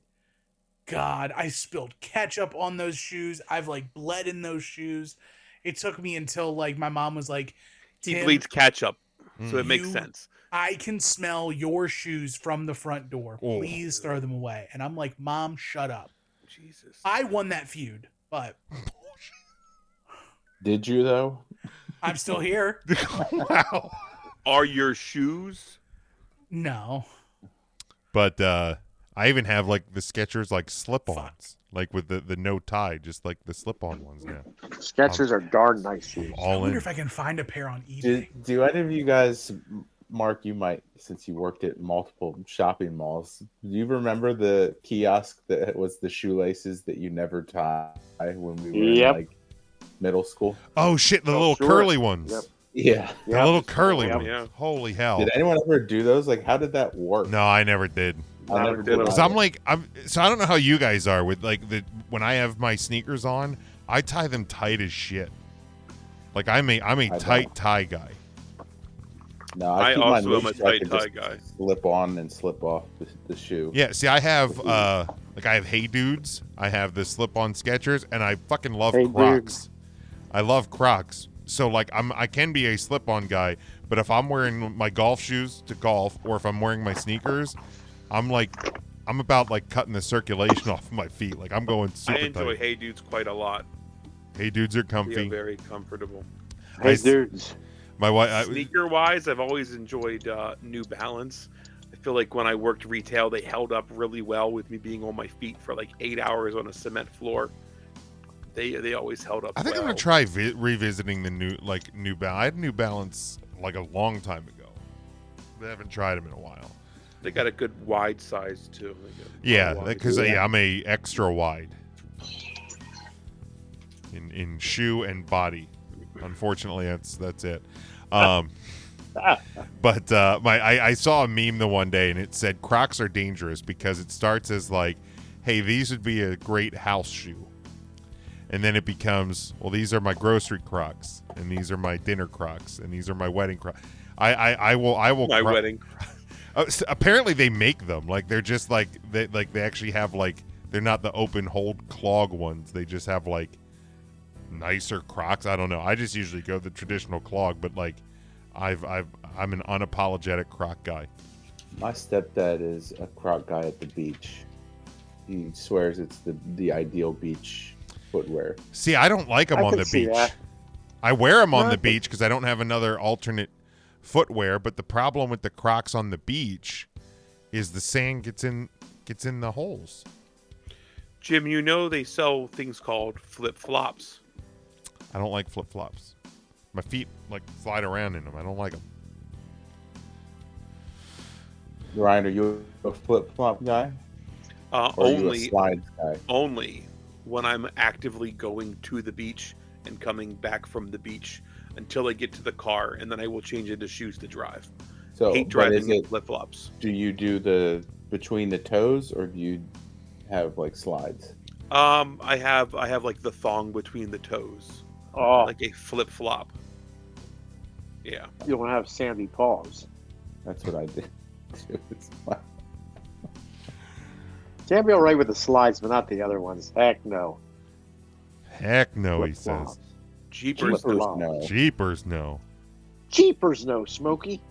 God, I spilled ketchup on those shoes. I've like bled in those shoes. It took me until like my mom was like, he Tim, bleeds ketchup, so Mm. it makes You- sense. I can smell your shoes from the front door. Oh. Please throw them away. And I'm like, Mom, shut up. Jesus. I won that feud, but Did you though? I'm still here. wow. Are your shoes? No. But uh, I even have like the Skechers like slip-ons, like with the the no tie, just like the slip-on ones now. Sketchers are darn nice shoes. I All wonder in. if I can find a pair on eBay. Do, do any of you guys, Mark? You might, since you worked at multiple shopping malls. Do you remember the kiosk that was the shoelaces that you never tie when we were Yep. in like middle school? Oh shit, the Oh, little sure. curly ones. Yep. Yeah. The Yeah. little curly Yeah. ones. Yeah. Holy hell. Did anyone ever do those? Like, how did that work? No, I never did. I never did. Cause either. I'm like, I'm so I don't know how you guys are with like the when I have my sneakers on, I tie them tight as shit. Like I'm a I'm a don't. tight tie guy. No, I I, keep also mine am a loose so I tight can tie just guy. Slip on and slip off the, the shoe. Yeah, see, I have uh like I have Hey Dudes, I have the slip-on Skechers, and I fucking love Hey Crocs. I love Crocs. So like I'm I can be a slip-on guy, but if I'm wearing my golf shoes to golf or if I'm wearing my sneakers, I'm like I'm about like cutting the circulation off my feet. Like I'm going super I enjoy tight. Hey Dudes quite a lot. Hey dudes are They are comfy. very comfortable. Hey, I s- dudes. My wife I, sneaker wise i've always enjoyed uh, new balance i feel like when i worked retail they held up really well with me being on my feet for like eight hours on a cement floor they they always held up I think I'm well. gonna try vi- revisiting the new like New Balance. I had New Balance like a long time ago. I haven't tried them in a while. they got a good wide size too They got a Yeah, wide- because yeah, I'm a extra wide. in in shoe and body. Unfortunately, that's that's it. Um, but uh, my I, I saw a meme the one day and it said Crocs are dangerous because it starts as like, hey, these would be a great house shoe, and then it becomes well, these are my grocery Crocs and these are my dinner Crocs and these are my wedding Crocs. I, I, I will I will my Cro- wedding. uh, s- apparently they make them like they're just like they like they actually have like they're not the open hold clog ones they just have like nicer crocs i don't know i just usually go the traditional clog but like i've i've i'm an unapologetic croc guy My stepdad is a croc guy at the beach. He swears it's the the ideal beach footwear. see i don't like them I on can the see beach that. i wear them on No, I the can- beach because i don't have another alternate footwear but the problem with the crocs on the beach is the sand gets in gets in the holes Jim, you know they sell things called flip flops. I don't like flip flops. My feet like slide around in them. I don't like them. Ryan, are you a flip flop guy Uh, or are you a only slides guy? only when I'm actively going to the beach and coming back from the beach until I get to the car, and then I will change into shoes to drive. So, Hate Oh, but is driving in it, flip flops. do you do the between the toes or do you have like slides? Um, I have I have like the thong between the toes, Oh, like a flip flop. Yeah, you don't have sandy paws. That's what I did. It's my- Can't be all right with the slides, but not the other ones. Heck no. Heck no, he Flip-flops. says. jeepers. Jeepers, the law. no. Jeepers, no. Jeepers no, Smokey.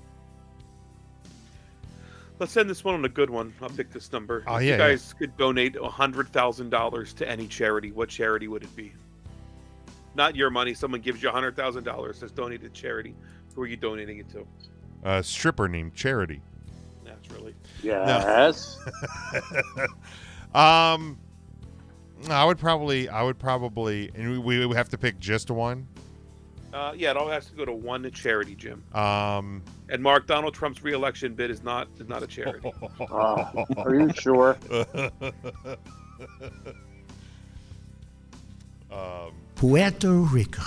Let's end this one on a good one. I'll pick this number. Oh, If yeah, you yeah. guys could donate hundred thousand dollars to any charity. What charity would it be? Not your money. Someone gives you hundred thousand dollars. Says donate to charity. Who are you donating it to? A stripper named Charity. That's really. Yes. um, I would probably, I would probably, and we, we would have to pick just one. Uh, yeah, it all has to go to one charity, Jim. Um, And Mark, Donald Trump's reelection bid is not is not a charity. Oh, are you sure? um, Puerto Rico.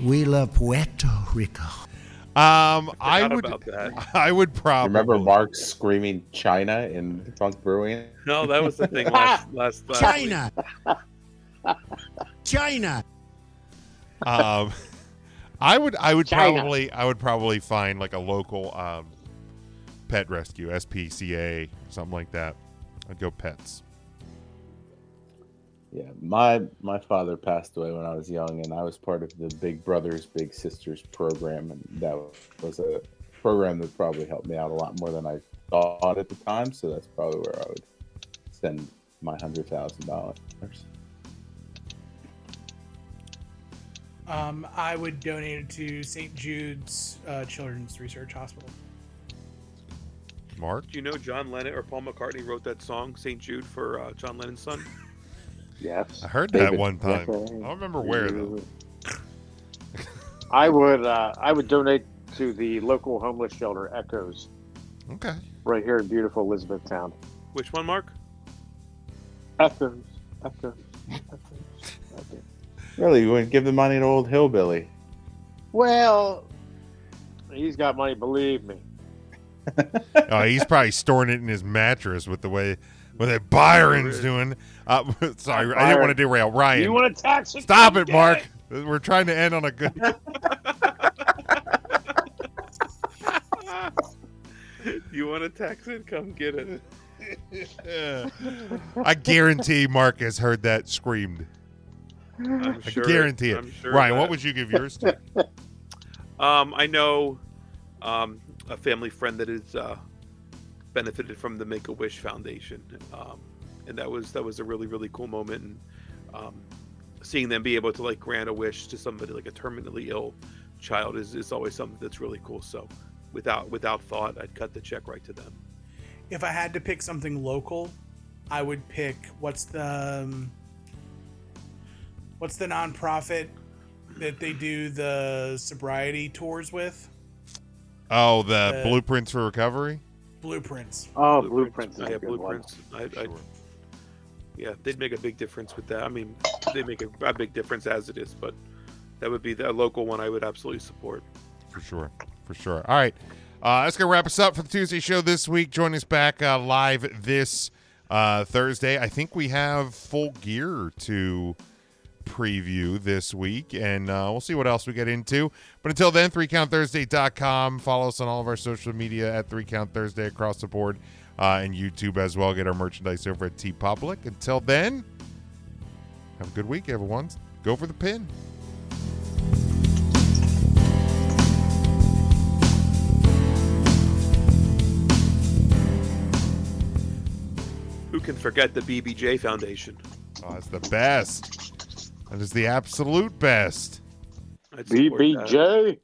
We love Puerto Rico. um, I I forgot would, about that. I would probably Remember Mark screaming China in Funk Brewing? No, that was the thing last last. last week. China. China. um, I would I would China. probably I would probably find like a local um, pet rescue SPCA something like that. I'd go pets. Yeah, my my father passed away when I was young, and I was part of the Big Brothers Big Sisters program, and that was a program that probably helped me out a lot more than I thought at the time. So that's probably where I would send my hundred thousand dollars. Um, I would donate it to St. Jude's uh, Children's Research Hospital. Mark, Do you know John Lennon or Paul McCartney wrote that song "St. Jude" for uh, John Lennon's son? Yes. I heard that David. one time. I Okay. don't remember where though. I would uh, I would donate to the local homeless shelter Echoes Okay, right here in beautiful Elizabethtown. Which one, Mark? Echoes, Echoes, Echoes. Echoes. Really, you wouldn't give the money to old hillbilly? Well, he's got money, believe me. oh, he's probably storing it in his mattress with the way with that Byron's doing. Uh, sorry, I didn't want to derail Ryan. You want to tax it? Stop Come it, get Mark. We're trying to end on a good. you want to tax it? Come get it. I guarantee Mark has heard that screamed. I'm I sure. guarantee it. I'm sure Ryan, that. what would you give yours to? Um, I know um, a family friend that is uh, benefited from the Make a Wish Foundation, um, and that was that was a really really cool moment. And um, seeing them be able to like grant a wish to somebody like a terminally ill child is, is always something that's really cool. So without without thought, I'd cut the check right to them. If I had to pick something local, I would pick what's the um, what's the nonprofit that they do the sobriety tours with? Oh, the Uh, blueprints for recovery. Blueprints. Oh, blueprints. is I a have good one. blueprints. I, I, Sure. Yeah, they'd make a big difference with that. I mean, they make a, a big difference as it is, but that would be the local one I would absolutely support. for sure for sure all right uh, that's gonna wrap us up for the tuesday show this week join us back uh, live this uh, thursday i think we have full gear to preview this week and uh, we'll see what else we get into but until then 3countthursday.com follow us on all of our social media at 3countthursday across the board uh, and youtube as well get our merchandise over at t public until then have a good week everyone go for the pin Who can forget the BBJ Foundation? Oh, that's the best. That is the absolute best. I'd support that. BBJ.